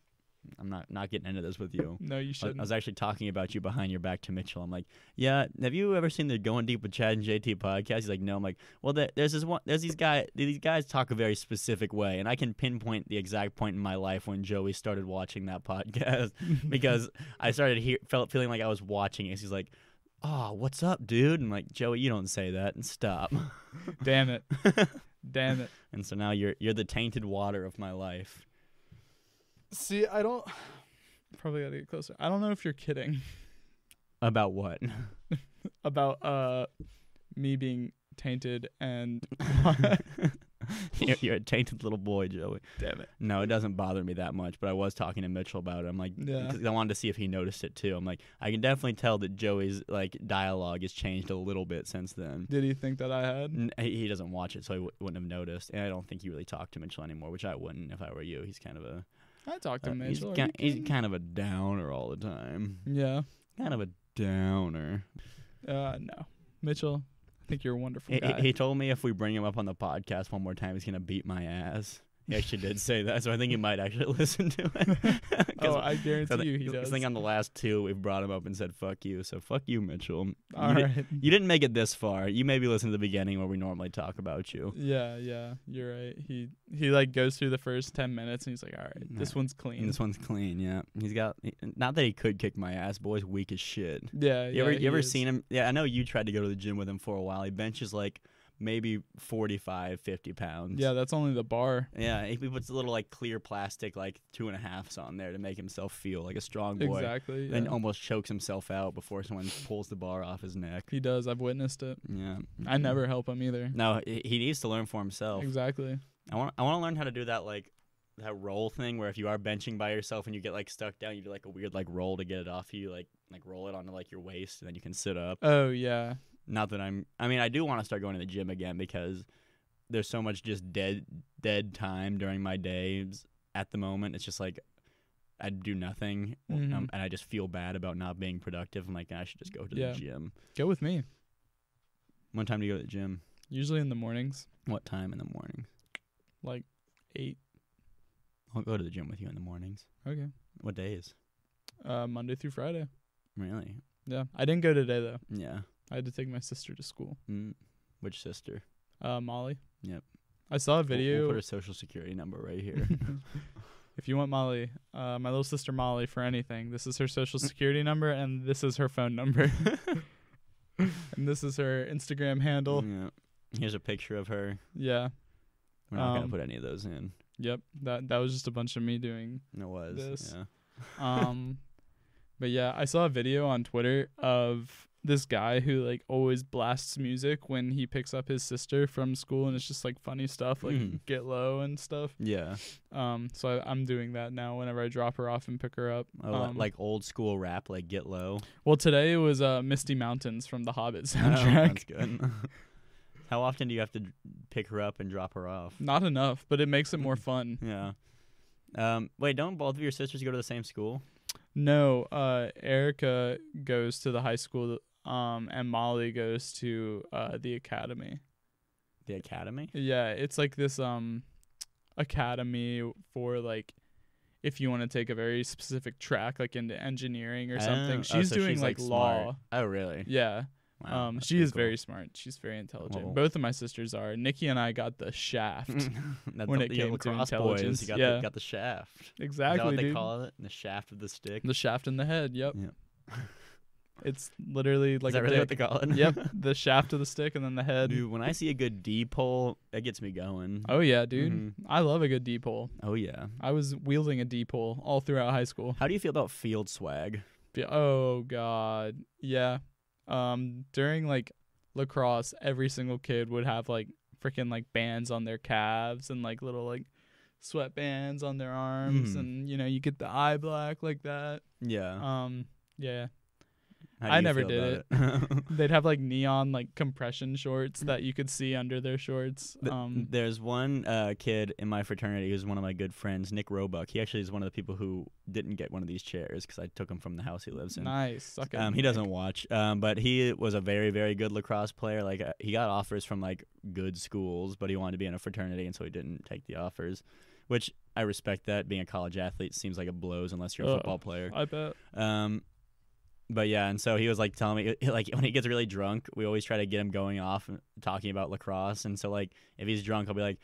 Speaker 1: I'm not not getting into this with you.
Speaker 2: No, you
Speaker 1: I was-
Speaker 2: shouldn't.
Speaker 1: I was actually talking about you behind your back to Mitchell. I'm like, yeah. Have you ever seen the Going Deep with Chad and JT podcast? He's like, no. I'm like, well, there, there's this one. There's these guy. These guys talk a very specific way, and I can pinpoint the exact point in my life when Joey started watching that podcast because I started hear, felt feeling like I was watching it. He's like, oh, what's up, dude? And I'm like, Joey, you don't say that, and stop.
Speaker 2: Damn it. Damn it.
Speaker 1: and so now you're you're the tainted water of my life.
Speaker 2: See, I don't. Probably gotta get closer. I don't know if you're kidding
Speaker 1: About what?
Speaker 2: about uh me being tainted and
Speaker 1: you're, you're a tainted little boy, Joey.
Speaker 2: damn it.
Speaker 1: No, it doesn't bother me that much, but I was talking to Mitchell about it. I'm like,
Speaker 2: Yeah.
Speaker 1: 'cause I wanted to see if he noticed it too. I'm like, I can definitely tell that Joey's like dialogue has changed a little bit since then.
Speaker 2: Did he think that I had?
Speaker 1: N- He he doesn't watch it, so he w- wouldn't have noticed. And I don't think you really talk to Mitchell anymore, which I wouldn't if I were you. He's kind of a
Speaker 2: I talked to
Speaker 1: uh, he's,
Speaker 2: Mitchell. are
Speaker 1: ki-
Speaker 2: you
Speaker 1: he's
Speaker 2: kidding?
Speaker 1: kind of a downer all the time.
Speaker 2: yeah.
Speaker 1: Kind of a downer.
Speaker 2: Uh, no, Mitchell. I think you're a wonderful
Speaker 1: He, he-
Speaker 2: guy.
Speaker 1: he told me if we bring him up on the podcast one more time, he's gonna beat my ass. He actually did say that, so I think he might actually listen to it. 'Cause
Speaker 2: oh, I
Speaker 1: So
Speaker 2: guarantee
Speaker 1: the-
Speaker 2: you he
Speaker 1: I
Speaker 2: does.
Speaker 1: think on the last two, we've brought him up and said "fuck you," so fuck you, Mitchell.
Speaker 2: All
Speaker 1: you, di-
Speaker 2: right.
Speaker 1: you didn't make it this far. You maybe listen to the beginning where we normally talk about you.
Speaker 2: Yeah, yeah, you're right. He he like goes through the first ten minutes and he's like, all right, this
Speaker 1: Nah.
Speaker 2: one's
Speaker 1: And
Speaker 2: clean.
Speaker 1: this one's clean. Yeah, he's got. he- not that he could kick my ass. Boy's weak as shit.
Speaker 2: Uh, yeah,
Speaker 1: You ever you ever seen him? Yeah, I know you tried to go to the gym with him for a while. He benches like maybe 45, 50 pounds.
Speaker 2: Yeah, that's only the bar.
Speaker 1: Yeah, he puts a little like clear plastic like two and a halfs on there to make himself feel like a strong boy. um,
Speaker 2: Exactly.
Speaker 1: Then
Speaker 2: yeah.
Speaker 1: almost chokes himself out before someone pulls the bar off his neck.
Speaker 2: He does. I've witnessed it.
Speaker 1: Yeah,
Speaker 2: I never help him either.
Speaker 1: No, he he needs to learn for himself.
Speaker 2: Exactly.
Speaker 1: I want I want to learn how to do that like that roll thing where if you are benching by yourself and you get like stuck down, you do like a weird like roll to get it off you, like like roll it onto like your waist and then you can sit up.
Speaker 2: Oh yeah.
Speaker 1: Not that I'm I mean I do want to start going to the gym again because there's so much just dead dead time during my days at the moment. It's just like I do nothing
Speaker 2: Mhm.
Speaker 1: um, and I just feel bad about not being productive. I'm like I should just go to
Speaker 2: Yeah.
Speaker 1: the gym.
Speaker 2: Go with me.
Speaker 1: One time do you go to the gym?
Speaker 2: Usually in the mornings,
Speaker 1: What time in the morning?
Speaker 2: like eight.
Speaker 1: I'll go to the gym with you in the mornings.
Speaker 2: Okay.
Speaker 1: What days?
Speaker 2: Uh, Monday through Friday.
Speaker 1: Really?
Speaker 2: Yeah. I didn't go today though.
Speaker 1: Yeah.
Speaker 2: I had to take my sister to school.
Speaker 1: Mm. Which sister?
Speaker 2: Uh, Molly.
Speaker 1: Yep.
Speaker 2: I saw a
Speaker 1: We'll-
Speaker 2: video.
Speaker 1: We'll, put her social security number right here.
Speaker 2: if you want Molly, uh, my little sister Molly for anything, this is her social security number and this is her phone number. and this is her Instagram handle.
Speaker 1: yeah. Here's a picture of her.
Speaker 2: Yeah.
Speaker 1: We're not
Speaker 2: Um,
Speaker 1: gonna put any of those in.
Speaker 2: Yep. That that was just a bunch of me doing.
Speaker 1: It was.
Speaker 2: this.
Speaker 1: Yeah.
Speaker 2: Um but yeah, I saw a video on Twitter of this guy who like always blasts music when he picks up his sister from school and it's just like funny stuff like
Speaker 1: Mhm.
Speaker 2: get low and stuff.
Speaker 1: Yeah.
Speaker 2: Um so I, I'm doing that now whenever I drop her off and pick her up.
Speaker 1: Oh, li-
Speaker 2: Um,
Speaker 1: like old school rap, like Get Low.
Speaker 2: Well, today it was uh, Misty Mountains from the Hobbit
Speaker 1: Oh,
Speaker 2: soundtrack.
Speaker 1: that's good. How often do you have to d- pick her up and drop her off?
Speaker 2: Not enough, but it makes it more fun.
Speaker 1: Yeah. Um, wait, don't both of your sisters go to the same school?
Speaker 2: No, uh, Erica goes to the high school, um, and Molly goes to uh, the academy.
Speaker 1: The academy?
Speaker 2: Yeah, it's like this um, academy for like if you want to take a very specific track, like into engineering or something.
Speaker 1: Oh,
Speaker 2: she's
Speaker 1: so
Speaker 2: doing
Speaker 1: she's,
Speaker 2: like,
Speaker 1: like,
Speaker 2: law.
Speaker 1: smart. Oh, really?
Speaker 2: Yeah,
Speaker 1: Wow,
Speaker 2: um,
Speaker 1: that's
Speaker 2: she
Speaker 1: pretty
Speaker 2: is
Speaker 1: cool.
Speaker 2: very smart. She's very intelligent.
Speaker 1: Well-
Speaker 2: Both of my sisters are. Nikki and I got the shaft.
Speaker 1: That's
Speaker 2: when
Speaker 1: the-
Speaker 2: it
Speaker 1: the
Speaker 2: came to
Speaker 1: lacrosse Boys,
Speaker 2: intelligence,
Speaker 1: you got,
Speaker 2: yeah.
Speaker 1: the, got the shaft.
Speaker 2: exactly,
Speaker 1: Is that what they
Speaker 2: dude.
Speaker 1: call it? The shaft of the stick.
Speaker 2: The shaft in the head. Yep.
Speaker 1: Yeah.
Speaker 2: it's literally like
Speaker 1: Is that
Speaker 2: a
Speaker 1: really what
Speaker 2: dick.
Speaker 1: they call it?
Speaker 2: yep. The shaft of the stick and then the head.
Speaker 1: Dude, when I see a good D pole, that gets me going.
Speaker 2: Oh yeah, dude.
Speaker 1: Mhm.
Speaker 2: I love a good D pole.
Speaker 1: Oh yeah.
Speaker 2: I was wielding a D pole all throughout high school.
Speaker 1: How do you feel about field swag?
Speaker 2: Be- Oh god. Yeah. Um during like lacrosse, every single kid would have like freaking like bands on their calves and like little like sweatbands on their arms
Speaker 1: Mhm.
Speaker 2: and you know you get the eye black like that
Speaker 1: Yeah.
Speaker 2: um yeah
Speaker 1: How do
Speaker 2: I
Speaker 1: you
Speaker 2: never
Speaker 1: feel
Speaker 2: did
Speaker 1: about it?
Speaker 2: they'd have like neon like compression shorts that you could see under their shorts
Speaker 1: Th-
Speaker 2: um
Speaker 1: There's one uh, kid in my fraternity who's one of my good friends, Nick Roebuck. He actually is one of the people who didn't get one of these chairs because I took him from the house he lives in.
Speaker 2: nice suck it,
Speaker 1: Um, he
Speaker 2: Nick.
Speaker 1: doesn't watch, um, but he was a very, very good lacrosse player. Like uh, he got offers from like good schools, but he wanted to be in a fraternity, and so he didn't take the offers. Which I respect that. Being a college athlete seems like it blows unless you're a
Speaker 2: Oh.
Speaker 1: football player.
Speaker 2: i bet
Speaker 1: Um, but yeah, and so he was like telling me, like when he gets really drunk, we always try to get him going off and talking about lacrosse. And so like if he's drunk, I'll be like,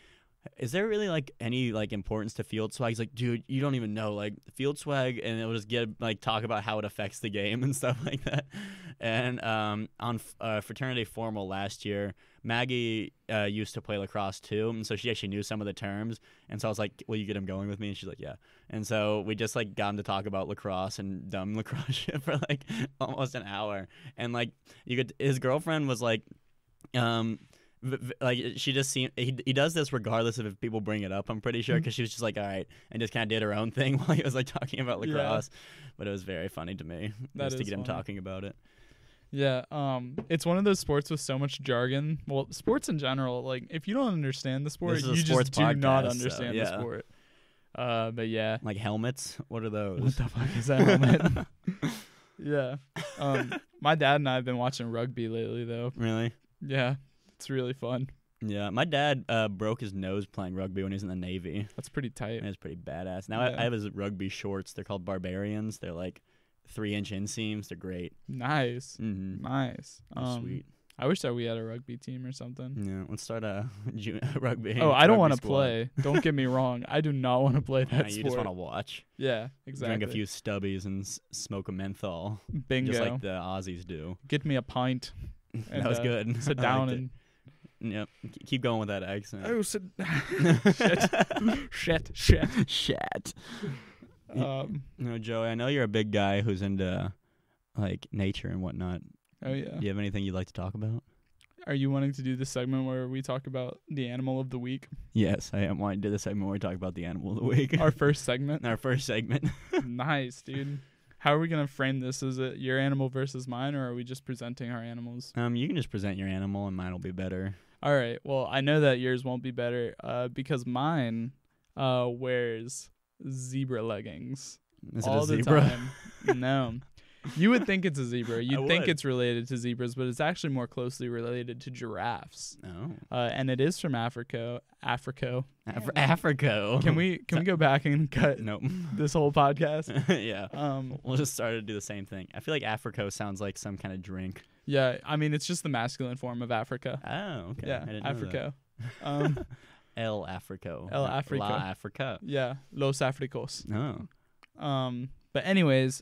Speaker 1: "Is there really like any like importance to field swag?" He's like, "Dude, you don't even know like field swag," and it'll just get like talk about how it affects the game and stuff like that. And um, on f- uh, fraternity formal last year, Maggie uh, used to play lacrosse too, and so she actually knew some of the terms. And so I was like, "Will you get him going with me?" And she's like, "Yeah." And so we just like got him to talk about lacrosse and dumb lacrosse shit for like almost an hour. And like you could, his girlfriend was like, um, v- v- like she just seemed he, he does this regardless of if people bring it up. I'm pretty
Speaker 2: Mm-hmm.
Speaker 1: sure because she was just like, all right, and just kind of did her own thing while he was like talking about
Speaker 2: Yeah.
Speaker 1: lacrosse. But it was very funny to me
Speaker 2: That
Speaker 1: just to
Speaker 2: is
Speaker 1: get him
Speaker 2: funny.
Speaker 1: talking about it.
Speaker 2: Yeah, um, it's one of those sports with so much jargon. Well, sports in general, like if you don't understand the sport,
Speaker 1: This is a
Speaker 2: you
Speaker 1: sports
Speaker 2: just do not
Speaker 1: podcast, so,
Speaker 2: understand
Speaker 1: yeah.
Speaker 2: the sport. Uh, but yeah,
Speaker 1: Like helmets, what are those?
Speaker 2: what the fuck is that helmet? yeah, um, my dad and I have been watching rugby lately, though.
Speaker 1: really?
Speaker 2: Yeah, it's really fun.
Speaker 1: Yeah, my dad uh, broke his nose playing rugby when he was in the Navy.
Speaker 2: That's pretty tight.
Speaker 1: It's pretty badass. Now I,
Speaker 2: Yeah.
Speaker 1: I have his rugby shorts. They're called Barbarians. They're like three inch inseams. They're great.
Speaker 2: Nice,
Speaker 1: Mm-hmm.
Speaker 2: nice. Um,
Speaker 1: sweet. Mm,
Speaker 2: I wish that we had a rugby team or something.
Speaker 1: Yeah. Let's start a ju- rugby.
Speaker 2: Oh, I don't
Speaker 1: want
Speaker 2: want to play. Don't get me wrong. I do not want to play that
Speaker 1: you
Speaker 2: sport.
Speaker 1: just want to watch.
Speaker 2: yeah, exactly.
Speaker 1: Drink a few stubbies and s- smoke a menthol,
Speaker 2: Bingo.
Speaker 1: just like the Aussies do.
Speaker 2: get me a pint. And,
Speaker 1: that was
Speaker 2: uh,
Speaker 1: good.
Speaker 2: Sit
Speaker 1: I
Speaker 2: down
Speaker 1: liked
Speaker 2: and Oh,
Speaker 1: it. yep. K- keep going with that accent.
Speaker 2: sit. shit, shit.
Speaker 1: Shit.
Speaker 2: Um,
Speaker 1: No, Joey. I know you're a big guy who's into like nature and whatnot.
Speaker 2: oh yeah.
Speaker 1: Do you have anything you'd like to talk about?
Speaker 2: Are you wanting to do the segment where we talk about the animal of the week?
Speaker 1: Yes, I am wanting to do this segment where we talk about the animal of the week.
Speaker 2: Our first segment.
Speaker 1: our first segment.
Speaker 2: nice, dude. How are we gonna frame this? Is it your animal versus mine, or are we just presenting our animals?
Speaker 1: Um, you can just present your animal, and mine will be better.
Speaker 2: All right. Well, I know that yours won't be better, uh, because mine, uh, wears zebra leggings.
Speaker 1: Is it
Speaker 2: all
Speaker 1: a
Speaker 2: the
Speaker 1: zebra?
Speaker 2: time. no. You would think it's a zebra. You'd think
Speaker 1: would.
Speaker 2: it's related to zebras, but it's actually more closely related to giraffes.
Speaker 1: No,
Speaker 2: Uh, and it is from Africa. Africa.
Speaker 1: Af- Africa.
Speaker 2: Can we can we go back and cut
Speaker 1: Nope.
Speaker 2: this whole podcast?
Speaker 1: yeah,
Speaker 2: Um,
Speaker 1: we'll just start to do the same thing. I feel like Africa sounds like some kind of drink.
Speaker 2: yeah, I mean it's just the masculine form of Africa.
Speaker 1: Oh, okay. I
Speaker 2: yeah,
Speaker 1: didn't know that.
Speaker 2: Africa. Um,
Speaker 1: El Africo.
Speaker 2: El
Speaker 1: not
Speaker 2: Africo.
Speaker 1: La Africa. Oh.
Speaker 2: yeah, Los Africos.
Speaker 1: No.
Speaker 2: Um, but anyways,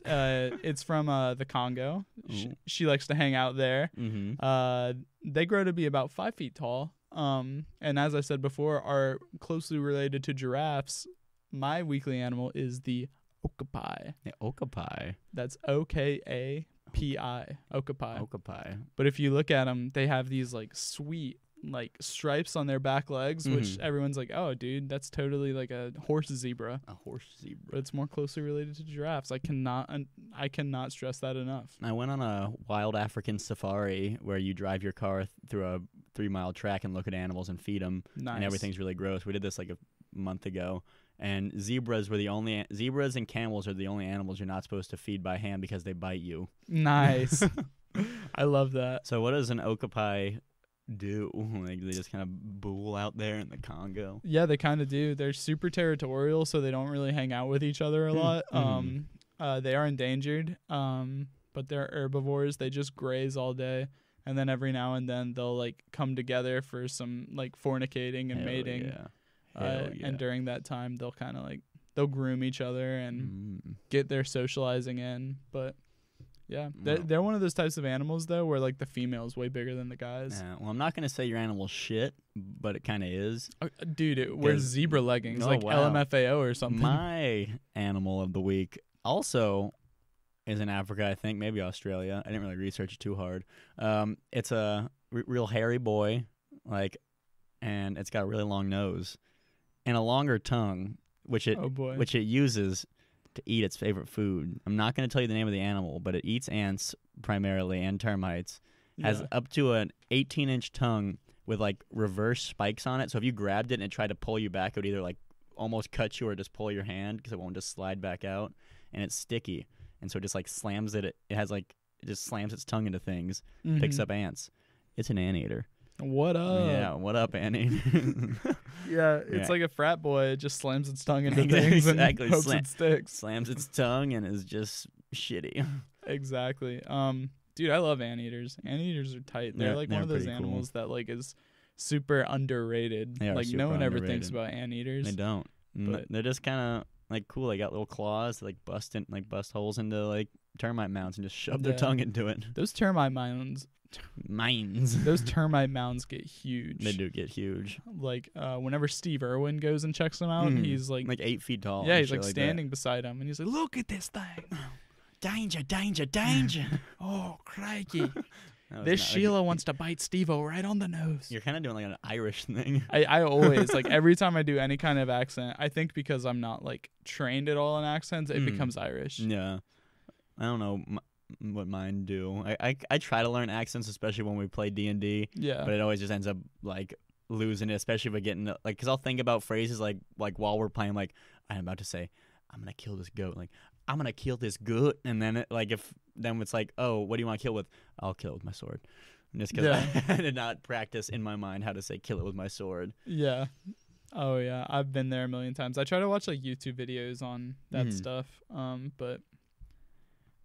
Speaker 2: uh, it's from uh, the Congo. She,
Speaker 1: Ooh.
Speaker 2: she likes to hang out there.
Speaker 1: Mm-hmm.
Speaker 2: Uh, they grow to be about five feet tall. Um, and as I said before, are closely related to giraffes. My weekly animal is the okapi.
Speaker 1: Yeah, Okapi.
Speaker 2: That's O K A P I, okapi.
Speaker 1: Okapi.
Speaker 2: But if you look at them, they have these like sweet like stripes on their back legs, which
Speaker 1: Mhm.
Speaker 2: everyone's like, "Oh, dude, that's totally like a horse zebra."
Speaker 1: A horse
Speaker 2: But
Speaker 1: zebra.
Speaker 2: it's more closely related to giraffes. I cannot, un- I cannot stress that enough.
Speaker 1: I went on a wild African safari where you drive your car th- through a three mile track and look at animals and feed them.
Speaker 2: Nice.
Speaker 1: and everything's really gross. We did this like a month ago, and zebras were the only zebras and camels are the only animals you're not supposed to feed by hand because they bite you.
Speaker 2: nice. I love that.
Speaker 1: So what does an okapi do? Like they just kind of bool out there in the Congo.
Speaker 2: Yeah, they kind of do. They're super territorial, so they don't really hang out with each other a
Speaker 1: Hmm.
Speaker 2: lot.
Speaker 1: Mhm.
Speaker 2: Um, uh, they are endangered, um, but they're herbivores. They just graze all day, and then every now and then they'll like come together for some like fornicating and
Speaker 1: Hell
Speaker 2: mating.
Speaker 1: Yeah.
Speaker 2: Uh,
Speaker 1: Hell yeah.
Speaker 2: And during that time, they'll kind of like they'll groom each other and
Speaker 1: Mm.
Speaker 2: get their socializing in. But yeah, they're,
Speaker 1: Wow.
Speaker 2: they're one of those types of animals though, where like the female's way bigger than the guys.
Speaker 1: Yeah, well, I'm not gonna say your animal's shit, but it kind of is.
Speaker 2: Uh, Dude, it wears
Speaker 1: Does-
Speaker 2: zebra leggings
Speaker 1: Oh,
Speaker 2: like
Speaker 1: wow.
Speaker 2: LMFAO or something.
Speaker 1: My animal of the week also is in Africa, I think, maybe Australia. I didn't really research it too hard. Um, it's a r- real hairy boy, like, and it's got a really long nose. and a longer tongue, which it
Speaker 2: oh boy.
Speaker 1: which it uses to eat its favorite food. I'm not going to tell you the name of the animal, but it eats ants primarily and termites. Has
Speaker 2: Yeah.
Speaker 1: up to an 18 inch tongue with like reverse spikes on it. So if you grabbed it and it tried to pull you back, it would either like almost cut you or just pull your hand because it won't just slide back out. And it's sticky, and so it just like slams it. It has like it just slams its tongue into things, picks
Speaker 2: Mhm.
Speaker 1: up ants. It's an anteater.
Speaker 2: What up?
Speaker 1: yeah, what up, Annie?
Speaker 2: Yeah,
Speaker 1: Yeah.
Speaker 2: it's like a frat boy. It just slams its tongue into
Speaker 1: Exactly,
Speaker 2: things and
Speaker 1: exactly,
Speaker 2: hopes
Speaker 1: slam-
Speaker 2: it sticks.
Speaker 1: Slams its tongue and is just shitty.
Speaker 2: Exactly. Um, dude, I love anteaters. Anteaters are tight. They're,
Speaker 1: They're-
Speaker 2: like
Speaker 1: they're
Speaker 2: one of those
Speaker 1: pretty cool.
Speaker 2: animals that like is super underrated.
Speaker 1: They are
Speaker 2: like no
Speaker 1: super
Speaker 2: one ever thinks
Speaker 1: underrated.
Speaker 2: about anteaters.
Speaker 1: They don't. N-
Speaker 2: But-
Speaker 1: they're just kind of like cool. They got little claws, that, like bust in, like bust holes into like termite mounds and just shove
Speaker 2: Yeah.
Speaker 1: their tongue into it.
Speaker 2: Those termite mounds,
Speaker 1: Mines.
Speaker 2: those termite mounds get huge.
Speaker 1: they do get huge,
Speaker 2: Like uh, whenever Steve Irwin goes and checks them out,
Speaker 1: Mhm.
Speaker 2: he's like,
Speaker 1: like eight feet tall.
Speaker 2: yeah,
Speaker 1: and
Speaker 2: he's
Speaker 1: shit
Speaker 2: like
Speaker 1: that.
Speaker 2: standing beside him, and he's like, look at this thing.
Speaker 1: Danger, danger, danger.
Speaker 2: Oh crikey!
Speaker 1: That was
Speaker 2: this
Speaker 1: not- like,
Speaker 2: Sheila wants to bite Steve-O right on the nose.
Speaker 1: You're kind of doing like an Irish thing.
Speaker 2: I, I always like every time I do any kind of accent, I think because I'm not like trained at all in accents, it
Speaker 1: Mm.
Speaker 2: becomes Irish.
Speaker 1: Yeah, I don't know m- what mine do. I, I I try to learn accents, especially when we play D and D.
Speaker 2: Yeah.
Speaker 1: but it always just ends up like losing it, especially if we're getting like, because I'll think about phrases like like while we're playing, like I'm about to say, I'm gonna kill this goat, like I'm gonna kill this goat, and then it, like if then it's like, oh, what do you want to kill with? I'll kill it with my sword, And just because
Speaker 2: Yeah.
Speaker 1: I did not practice in my mind how to say kill it with my sword.
Speaker 2: yeah. Oh yeah, I've been there a million times. I try to watch like YouTube videos on that
Speaker 1: Mhm.
Speaker 2: stuff. Um, but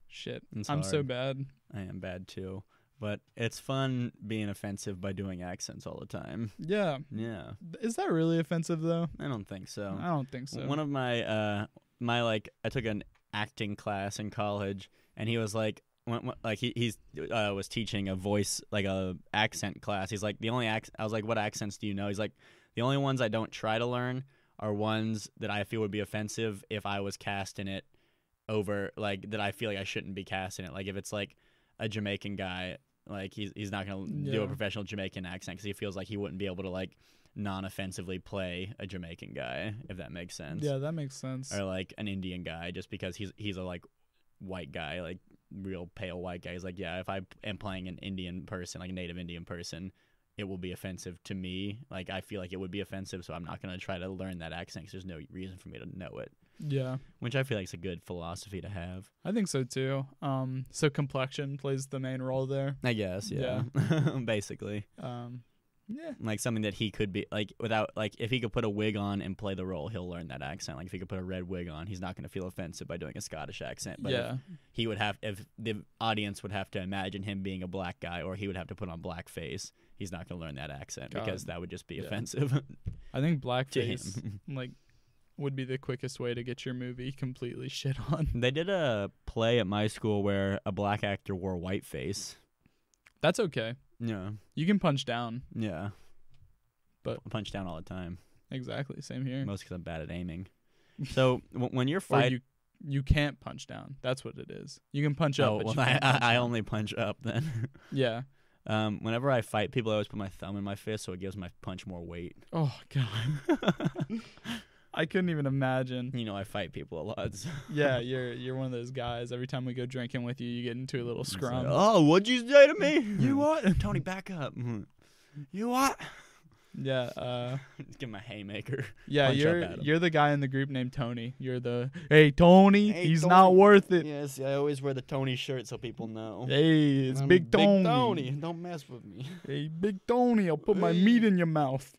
Speaker 2: shit,
Speaker 1: It's
Speaker 2: I'm so
Speaker 1: hard.
Speaker 2: bad.
Speaker 1: I am bad too, but it's fun being offensive by doing accents all the time.
Speaker 2: Yeah.
Speaker 1: Yeah,
Speaker 2: Is that really offensive though?
Speaker 1: I don't think so.
Speaker 2: I don't think so.
Speaker 1: One of my uh my like I took an acting class in college, and he was like. Went, went- like he he's uh, was teaching a voice like a accent class. He's like the only accent. I was like, what accents do you know? He's like, the only ones I don't try to learn are ones that I feel would be offensive if I was cast in it over like that I feel like I shouldn't be cast in it. Like if it's like a Jamaican guy, like he's he's not gonna do
Speaker 2: Yeah.
Speaker 1: a professional Jamaican accent because he feels like he wouldn't be able to like non-offensively play a Jamaican guy if that makes sense.
Speaker 2: yeah, that makes sense.
Speaker 1: Or like an Indian guy just because he's he's a like white guy, like real pale white guy. He's like, yeah, if I am playing an Indian person, like a native Indian person. It will be offensive to me. Like I feel like it would be offensive, so I'm not gonna try to learn that accent 'cause there's no reason for me to know it.
Speaker 2: yeah.
Speaker 1: Which I feel like is a good philosophy to have.
Speaker 2: I think so too. Um, so complexion plays the main role there.
Speaker 1: I guess, yeah. Basically.
Speaker 2: Um, yeah.
Speaker 1: Like something that he could be like without like if he could put a wig on and play the role, he'll learn that accent. Like if he could put a red wig on, he's not going to feel offensive by doing a Scottish accent, but if
Speaker 2: yeah.
Speaker 1: he would have if the audience would have to imagine him being a black guy or he would have to put on blackface, he's not going to learn that accent because
Speaker 2: God.
Speaker 1: that would just be
Speaker 2: Yeah.
Speaker 1: offensive
Speaker 2: I think
Speaker 1: to
Speaker 2: blackface
Speaker 1: him.
Speaker 2: like would be the quickest way to get your movie completely shit on.
Speaker 1: They did a play at my school where a black actor wore whiteface.
Speaker 2: That's okay.
Speaker 1: Yeah.
Speaker 2: You can punch down.
Speaker 1: Yeah.
Speaker 2: But-
Speaker 1: I punch down all the time.
Speaker 2: Exactly. Same here.
Speaker 1: Most because I'm bad at aiming. So w- when you're
Speaker 2: Or
Speaker 1: fighting,
Speaker 2: you you can't punch down. That's what it is. You can punch up,
Speaker 1: oh,
Speaker 2: but
Speaker 1: well,
Speaker 2: you
Speaker 1: I,
Speaker 2: can't punch
Speaker 1: I, I
Speaker 2: down.
Speaker 1: only punch up then.
Speaker 2: Yeah.
Speaker 1: um, whenever I fight people, I always put my thumb in my fist, so it gives my punch more weight.
Speaker 2: Oh god. I couldn't even imagine.
Speaker 1: You know, I fight people a lot. so-
Speaker 2: Yeah, you're you're one of those guys. Every time we go drinking with you, you get into a little
Speaker 1: It's like,
Speaker 2: scrum.
Speaker 1: oh, what'd you say to me?
Speaker 2: You
Speaker 1: what? Tony, back up. You what?
Speaker 2: Yeah. Uh,
Speaker 1: Give him a haymaker.
Speaker 2: yeah.
Speaker 1: Punch up
Speaker 2: you're
Speaker 1: at 'em.
Speaker 2: you're the guy in the group named Tony. You're the hey Tony.
Speaker 1: Hey,
Speaker 2: he's
Speaker 1: Tony."
Speaker 2: not worth it.
Speaker 1: Yes, I always wear the Tony shirt so people know.
Speaker 2: Hey, it's Um, Big Tony.
Speaker 1: Don't mess with me.
Speaker 2: Hey, Big Tony, I'll put my meat in your mouth.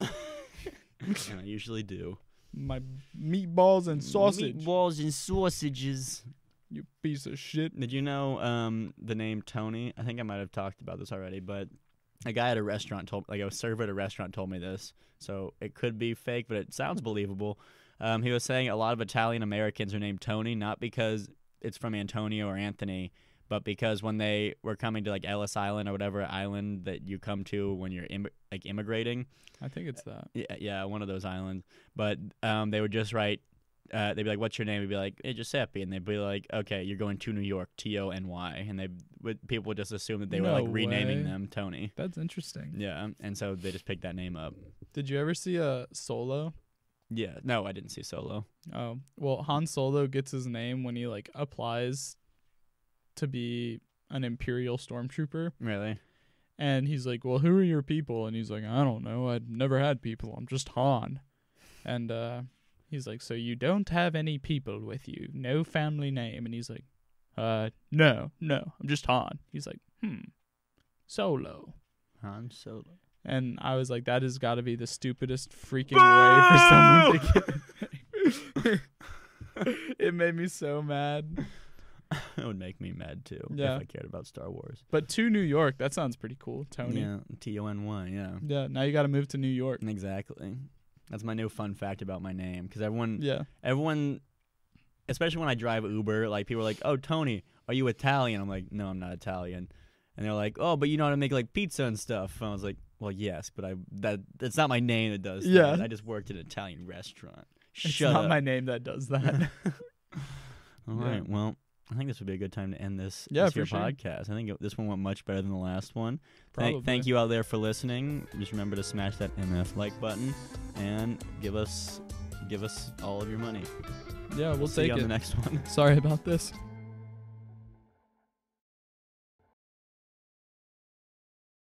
Speaker 1: and I usually do.
Speaker 2: My meatballs and sausage.
Speaker 1: Meatballs and sausages.
Speaker 2: You piece of shit.
Speaker 1: Did you know um, the name Tony? I think I might have talked about this already, but a guy at a restaurant told, like a server at a restaurant told me this. So it could be fake, but it sounds believable. Um, he was saying a lot of Italian Americans are named Tony, not because it's from Antonio or Anthony, but because when they were coming to like Ellis Island or whatever island that you come to when you're Im- like immigrating,
Speaker 2: I think it's that.
Speaker 1: yeah, yeah, one of those islands. But um, they would just write. Uh, they'd be like, "What's your name?" We'd be like, "Hey, Giuseppe," and they'd be like, "Okay, you're going to New York, T O N Y," and they would people would just assume that they were like
Speaker 2: No
Speaker 1: renaming
Speaker 2: way.
Speaker 1: them Tony.
Speaker 2: That's interesting.
Speaker 1: Yeah, and so they just picked that name up.
Speaker 2: Did you ever see a solo?
Speaker 1: Yeah. No, I didn't see Solo.
Speaker 2: Oh well, Han Solo gets his name when he like applies to be an Imperial stormtrooper,
Speaker 1: Really?
Speaker 2: and he's like, "Well, who are your people?" And he's like, "I don't know. I've never had people. I'm just Han." And uh, he's like, "So you don't have any people with you? No family name?" And he's like, "Uh, no, no. I'm just Han." He's like, "Hmm, Solo."
Speaker 1: Han Solo.
Speaker 2: And I was like, "That has got to be the stupidest freaking way for someone to get." it made me so mad.
Speaker 1: it would make me mad too
Speaker 2: Yeah.
Speaker 1: if I cared about Star Wars.
Speaker 2: But to New York, that sounds pretty cool, Tony. Yeah.
Speaker 1: Yeah. T O N Y. Yeah.
Speaker 2: now you got to move to New York.
Speaker 1: Exactly. That's my new fun fact about my name because everyone
Speaker 2: Yeah.
Speaker 1: everyone especially when I drive Uber, like people are like, "Oh, Tony, are you Italian?" I'm like, "No, I'm not Italian." And they're like, "Oh, but you know how to make like pizza and stuff." And I was like, "Well, yes, but I that that's not my name that does that.
Speaker 2: Yeah.
Speaker 1: I just worked at an Italian restaurant."
Speaker 2: It's
Speaker 1: Shut
Speaker 2: not
Speaker 1: up.
Speaker 2: my name that does that.
Speaker 1: All
Speaker 2: Yeah.
Speaker 1: right. Well, I think this would be a good time to end this,
Speaker 2: Yeah,
Speaker 1: this
Speaker 2: for
Speaker 1: here
Speaker 2: sure.
Speaker 1: podcast. I think it, this one went much better than the last one.
Speaker 2: Probably.
Speaker 1: Thank, thank you out there for listening. Just remember to smash that MF like button and give us give us all of your money.
Speaker 2: Yeah, we'll
Speaker 1: See you
Speaker 2: take
Speaker 1: on the
Speaker 2: it.
Speaker 1: next one.
Speaker 2: Sorry about this.